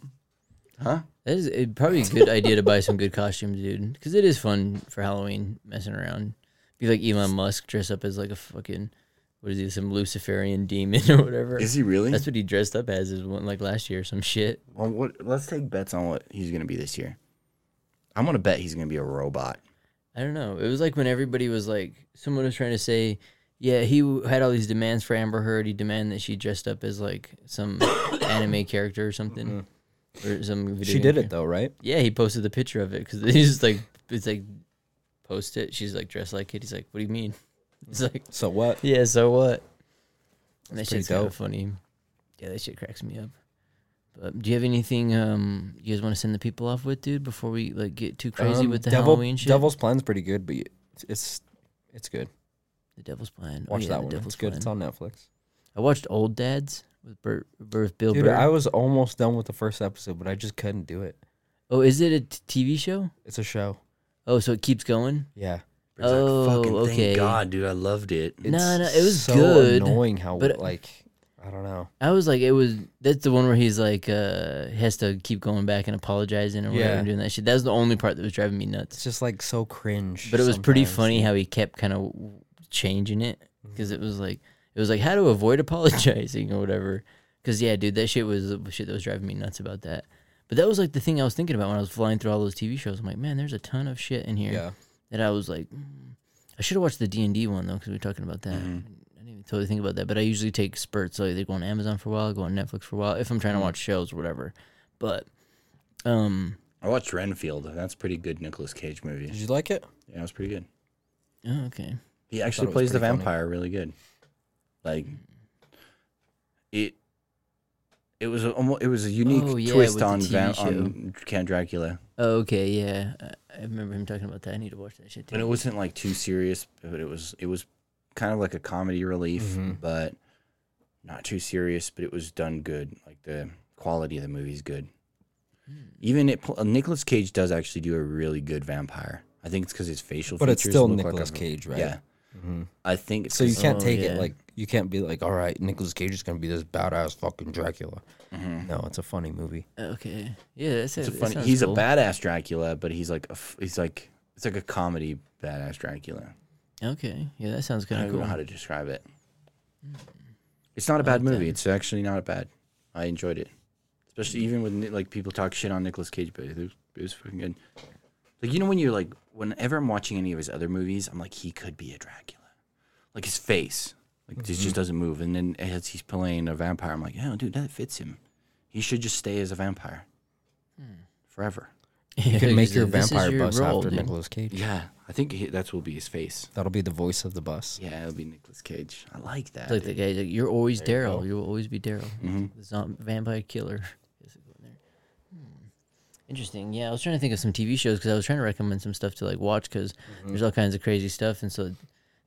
Speaker 2: out.
Speaker 1: That is it'd probably be a good idea to buy some good costumes, dude, because it is fun for Halloween messing around. Be like Elon Musk, dress up as like a fucking what is he, some Luciferian demon or whatever.
Speaker 2: Is he really?
Speaker 1: That's what he dressed up as, is one, like last year or some shit.
Speaker 2: Well, what, let's take bets on what he's gonna be this year. I'm gonna bet he's gonna be a robot.
Speaker 1: I don't know. It was like when everybody was like, someone was trying to say, yeah, he w- had all these demands for Amber Heard. He demanded that she dressed up as like some anime character or something, or some. Video
Speaker 3: She
Speaker 1: game
Speaker 3: did
Speaker 1: character.
Speaker 3: it though, right?
Speaker 1: Yeah, he posted the picture of it because he's just like, it's like, post it. She's like dressed like it. He's like, what do you mean? It's like,
Speaker 3: So what?
Speaker 1: yeah, so what? And that
Speaker 3: pretty
Speaker 1: shit's kind
Speaker 3: dope.
Speaker 1: of funny. Yeah, that shit cracks me up. But do you have anything um you guys want to send the people off with, dude? Before we like get too crazy
Speaker 3: Um,
Speaker 1: with the
Speaker 3: Devil,
Speaker 1: Halloween shit.
Speaker 3: Devil's Plan's pretty good, but it's- it's it's good.
Speaker 1: the Devil's Plan. Oh,
Speaker 3: Watch
Speaker 1: yeah,
Speaker 3: that
Speaker 1: The
Speaker 3: one.
Speaker 1: Devil's
Speaker 3: It's good. It's
Speaker 1: Plan.
Speaker 3: on Netflix.
Speaker 1: I watched Old Dads with Bert, with Bill
Speaker 3: Dude,
Speaker 1: Burr.
Speaker 3: I was almost done with the first episode, but I just couldn't do it.
Speaker 1: oh, is it a t- TV show?
Speaker 3: It's a show.
Speaker 1: Oh, so it keeps going.
Speaker 3: Yeah.
Speaker 2: It's like,
Speaker 1: Oh, okay.
Speaker 2: Thank God, dude, I loved it.
Speaker 1: No,
Speaker 3: It's
Speaker 1: no, it was
Speaker 3: so
Speaker 1: good,
Speaker 3: Annoying how
Speaker 1: but-
Speaker 3: like I don't know.
Speaker 1: I was like, it was that's the one where he's like, uh, has to keep going back and apologizing and whatever
Speaker 3: Yeah.
Speaker 1: and doing that shit. That was the only part that was driving me nuts.
Speaker 3: It's just like so cringe.
Speaker 1: But it was pretty
Speaker 3: sometimes.
Speaker 1: funny how he kept kind of changing it
Speaker 3: Mm-hmm.
Speaker 1: because it was like it was like how to avoid apologizing or whatever. Because yeah, dude, that shit was the shit that was driving me nuts about that. But that was like the thing I was thinking about when I was flying through all those TV shows. I'm like, man, there's a ton of shit in here
Speaker 3: Yeah.
Speaker 1: that I was like, mm. I should have watched the D and D one though because we were talking about that.
Speaker 2: Mm-hmm.
Speaker 1: I didn't even totally think about that, but I usually take spurts. So I either go on Amazon for a while, go on Netflix for a while if I'm
Speaker 2: Mm-hmm.
Speaker 1: trying to watch shows or whatever. But um,
Speaker 2: I watched Renfield. That's a pretty good Nicolas Cage movie.
Speaker 3: Did you like it?
Speaker 2: Yeah, it was pretty good.
Speaker 1: oh, okay,
Speaker 2: He actually
Speaker 3: was
Speaker 2: plays the
Speaker 3: pretty funny.
Speaker 2: vampire really good. Like it. It was a, almo- it was a unique
Speaker 1: Oh, yeah,
Speaker 2: twist
Speaker 1: with the
Speaker 2: on,
Speaker 1: TV
Speaker 2: Van,
Speaker 1: show.
Speaker 2: on Count Dracula,
Speaker 1: oh, okay, yeah, I, I remember him talking about that. I need to watch that shit. Too.
Speaker 2: and it wasn't like too serious, but it was it was kind of like a comedy relief,
Speaker 3: Mhm.
Speaker 2: but not too serious. But it was done good. Like the quality of the movie's good.
Speaker 3: Hmm.
Speaker 2: Even it, pl- uh, Nicolas Cage does actually do a really good vampire. I think it's because his facial
Speaker 3: But
Speaker 2: features
Speaker 3: it's still
Speaker 2: look like
Speaker 3: Nicolas
Speaker 2: a-
Speaker 3: Cage, right? Mm-hmm.
Speaker 2: Yeah, I think it's
Speaker 3: So you
Speaker 2: 'cause-
Speaker 3: can't
Speaker 1: Oh,
Speaker 3: take
Speaker 1: yeah.
Speaker 3: it like you can't be like, all right, Nicolas Cage is gonna be this badass fucking Dracula.
Speaker 1: Mm-hmm.
Speaker 3: No, it's a funny movie.
Speaker 1: Oh, Okay, yeah, that's
Speaker 2: It's a funny. He's a badass Dracula, but he's like a, f- he's like it's like a comedy badass Dracula.
Speaker 1: Okay, yeah, that sounds
Speaker 2: I
Speaker 1: kind of
Speaker 2: don't even
Speaker 1: cool.
Speaker 2: know how to describe it. It's not a bad movie. It's actually not bad. I enjoyed it, especially even when Ni- like people talk shit on Nicolas Cage, but it was, it was fucking good. Like you know when you're like whenever I'm watching any of his other movies, I'm like he could be a Dracula, like his face, like this just doesn't move. And then as he's playing a vampire, I'm like, oh dude, that fits him. He should just stay as a vampire Hmm. forever.
Speaker 1: you
Speaker 3: You can make your vampire bus after Nicolas Cage.
Speaker 2: Yeah, I think he, that will be his face.
Speaker 3: That'll be the voice of the bus.
Speaker 2: Yeah, it'll be Nicolas Cage. I like that.
Speaker 1: It's like the guy, like, you're always
Speaker 3: There you go.
Speaker 1: Daryl. You will always be Daryl. The zom- vampire killer. Yes, it's in there. Hmm. Interesting. Yeah, I was trying to think of some TV shows because I was trying to recommend some stuff to like watch because there's all kinds of crazy stuff, and so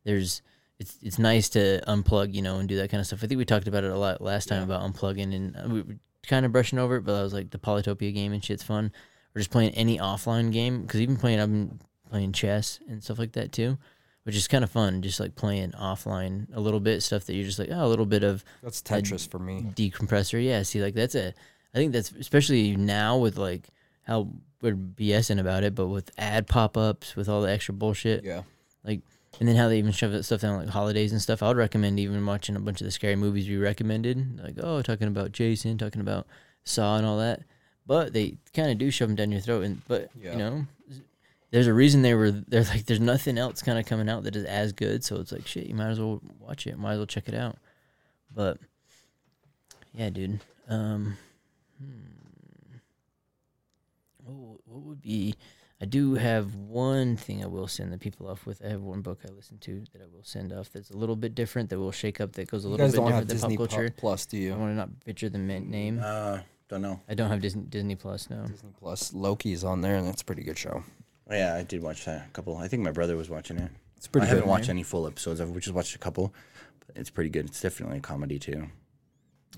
Speaker 1: there's it's it's nice to unplug, you know, and do that kind of stuff. I think we talked about it a lot last time about unplugging, and uh, we were kind of brushing over it, but I was like the Polytopia game and shit's fun, or just playing any offline game because even playing I've been playing chess and stuff like that too. Which is kind of fun, just like playing offline a little bit, stuff that you're just like, oh, a little bit of
Speaker 3: That's Tetris for me.
Speaker 1: decompressor. Yeah, see, like that's a. I think that's especially now with like how we're BSing about it, but with ad pop ups, with all the extra bullshit,
Speaker 3: Yeah.
Speaker 1: like, and then how they even shove that stuff down like holidays and stuff. I would recommend even watching a bunch of the scary movies we recommended, like oh, talking about Jason, talking about Saw and all that. But they kind of do shove them down your throat, and but
Speaker 3: Yeah.
Speaker 1: you know. There's a reason they were. They're like, there's nothing else kind of coming out that is as good. So it's like, shit, you might as well watch it. Might as well check it out. But yeah, dude. Um, hmm. what, w- what would be? I do have one thing I will send the people off with. I have one book I listen to that I will send off that's a little bit different that will shake up that goes a
Speaker 3: You
Speaker 1: little
Speaker 3: guys
Speaker 1: bit
Speaker 3: don't have
Speaker 1: different than
Speaker 3: Disney
Speaker 1: pop
Speaker 3: Pu-
Speaker 1: culture.
Speaker 3: Plus, do
Speaker 1: I
Speaker 3: you?
Speaker 1: want to not butcher the mint name.
Speaker 2: uh, don't know.
Speaker 1: I don't have Disney, Disney Plus. No.
Speaker 3: Disney Plus. Loki's on there, and that's a pretty good show.
Speaker 2: Oh, yeah, I did watch that a couple. I think my brother was watching it.
Speaker 3: It's pretty
Speaker 2: I
Speaker 3: good.
Speaker 2: haven't watched any full episodes. I've just watched a couple. But it's pretty good. It's definitely a comedy too.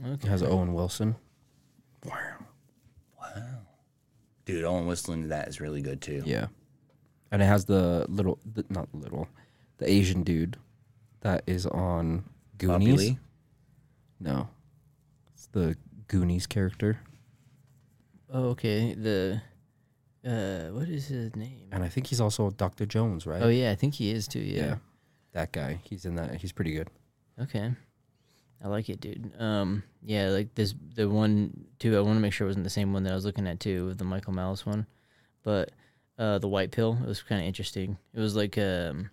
Speaker 3: It has Owen Wilson.
Speaker 2: Wow, wow, dude, Owen whistling to that is really good too.
Speaker 3: Yeah. And it has the little, the, not little, the Asian dude that is on
Speaker 2: Bobby
Speaker 3: Goonies.
Speaker 2: Lee?
Speaker 3: No. It's the Goonies character.
Speaker 1: Oh, okay. The uh, what is his name?
Speaker 3: And I think he's also Dr. Jones, right?
Speaker 1: Oh yeah, I think he is too. Yeah.
Speaker 3: That guy. He's in that. He's pretty good.
Speaker 1: Okay. I like it, dude. Um, yeah, like this the one too. I want to make sure it wasn't the same one that I was looking at too, the Michael Malice one. But uh, the White Pill, it was kind of interesting. It was like um,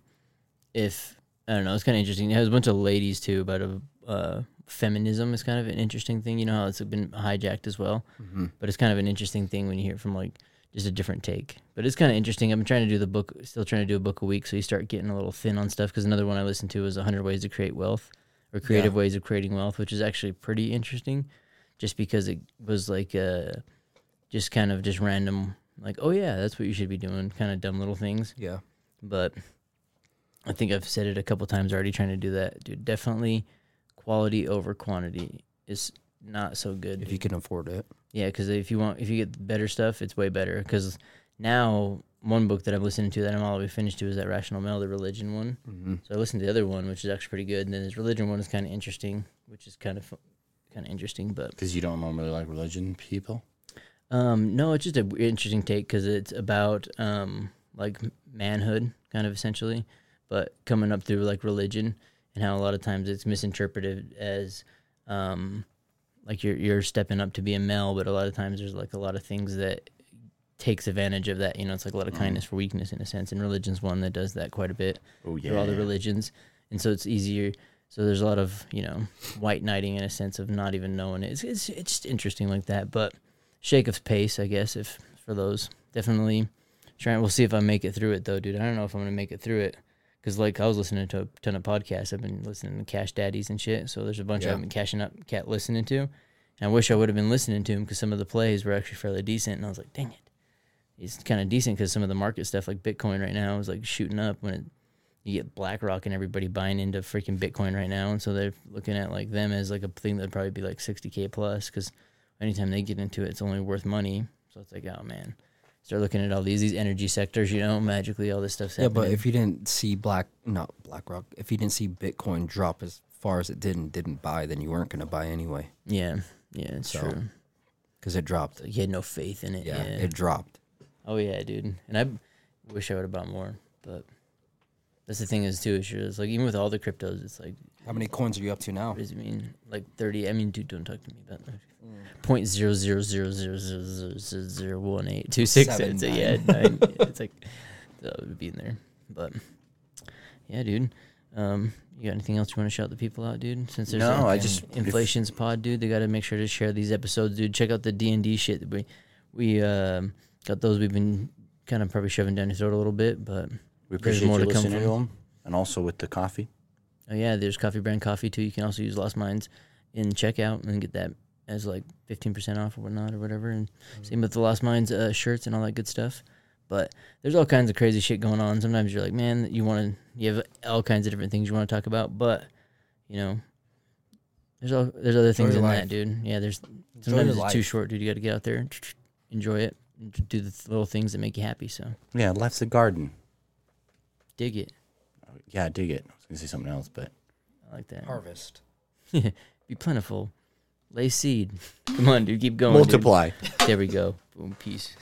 Speaker 1: if I don't know, it's kind of interesting. It has a bunch of ladies too about a, uh, feminism. is kind of an interesting thing. You know how it's been hijacked as well,
Speaker 3: Mm-hmm.
Speaker 1: but it's kind of an interesting thing when you hear it from like just a different take. But it's kind of interesting. I've been trying to do the book, still trying to do a book a week, so you start getting a little thin on stuff. Because another one I listened to was 100 Ways to Create Wealth or Creative Ways of Creating Wealth, which is actually pretty interesting, just because it was like uh, just kind of just random, like oh yeah, that's what you should be doing, kind of dumb little things
Speaker 3: Yeah.
Speaker 1: but I think I've said it a couple times already trying to do that. Dude, definitely quality over quantity is not so good.
Speaker 3: If you can afford it.
Speaker 1: yeah, because if you want, if you get better stuff, it's way better. Because now, one book that I'm listening to that I'm all the way finished to is that Rational Male, the religion one. So I listened to the other one, which is actually pretty good. And then this religion one is kind of interesting, which is kind of kind of interesting, but
Speaker 2: Because you don't normally like religion people.
Speaker 1: um, no, it's just an interesting take because it's about um, like manhood, kind of essentially, but coming up through like religion and how a lot of times it's misinterpreted as um, like you're you're stepping up to be a male, but a lot of times there's like a lot of things that takes advantage of that. You know, it's like a lot of kindness for weakness in a sense, and religion's one that does that quite a bit
Speaker 2: Oh
Speaker 1: through all the religions, and so it's easier. So there's a lot of you know white knighting in a sense of not even knowing it. It's it's, it's just interesting like that, but shake of pace, I guess. If for those, definitely trying. We'll see if I make it through it though, dude. I don't know if I'm gonna make it through it because like I was listening to a ton of podcasts. I've been listening to Cash Daddies and shit. So there's a bunch
Speaker 3: Yeah.
Speaker 1: I've been cashing up, cat listening to. And I wish I would have been listening to him because some of the plays were actually fairly decent. And I was like, dang it, it's kind of decent because some of the market stuff like Bitcoin right now is like shooting up when it you get BlackRock and everybody buying into freaking Bitcoin right now, and so they're looking at like them as like a thing that'd probably be like 60k plus because anytime they get into it, it's only worth money. So it's like, oh man, start looking at all these these energy sectors, you know, magically all this stuff's
Speaker 3: Yeah, but
Speaker 1: happening.
Speaker 3: if you didn't see Black, not BlackRock, if you didn't see Bitcoin drop as far as it did and didn't buy, then you weren't going to buy anyway
Speaker 1: yeah, yeah, it's
Speaker 3: So-
Speaker 1: true.
Speaker 3: because it
Speaker 1: It's
Speaker 3: dropped.
Speaker 1: Like you had no faith in it.
Speaker 3: Yeah,
Speaker 1: Yeah.
Speaker 3: it dropped.
Speaker 1: oh yeah, dude. And I wish I would have bought more, but that's the thing is too. Is it's like even with all the cryptos, it's like
Speaker 3: How many coins are you up to now?
Speaker 1: What does it mean? Like thirty? I mean, dude, don't talk to me about that. Point zero zero zero zero zero zero zero zero one eight two six.
Speaker 3: Seven,
Speaker 1: It's a, yeah, nine. Yeah, it's like that would be in there. But yeah, dude. Um, you got anything else you want to shout the people out, dude? Since there's
Speaker 2: No, I
Speaker 1: fucking
Speaker 2: just-
Speaker 1: inflation's pod, dude. They got to make sure to share these episodes, dude. Check out the D and D shit that we we um, got. Those we've been kind of probably shoving down your throat a little bit, but
Speaker 2: We
Speaker 1: There's
Speaker 2: appreciate
Speaker 1: more
Speaker 2: you
Speaker 1: to come
Speaker 2: listening to
Speaker 1: from.
Speaker 2: them, and also with the coffee.
Speaker 1: Oh yeah, there's coffee brand coffee too. You can also use Lost Minds in checkout and get that as like fifteen percent off or whatnot or whatever. And
Speaker 3: Mm-hmm.
Speaker 1: same with the Lost Minds uh, shirts and all that good stuff. But there's all kinds of crazy shit going on. Sometimes you're like, man, you want to, you have all kinds of different things you want to talk about, but you know, there's all there's other things
Speaker 3: your
Speaker 1: in
Speaker 3: life.
Speaker 1: that, dude. Yeah, there's
Speaker 3: Enjoy
Speaker 1: sometimes
Speaker 3: your
Speaker 1: it's too
Speaker 3: life.
Speaker 1: short, dude. You got to get out there, and enjoy it, and do the th- little things that make you happy. So
Speaker 2: Yeah, life's a garden.
Speaker 1: dig it.
Speaker 2: Yeah, I dig it. I was gonna say something else, but
Speaker 1: I like that.
Speaker 3: Harvest.
Speaker 1: Be plentiful. Lay seed. Come on, dude. Keep going. dude.
Speaker 2: multiply.
Speaker 1: There we go. Boom. Peace.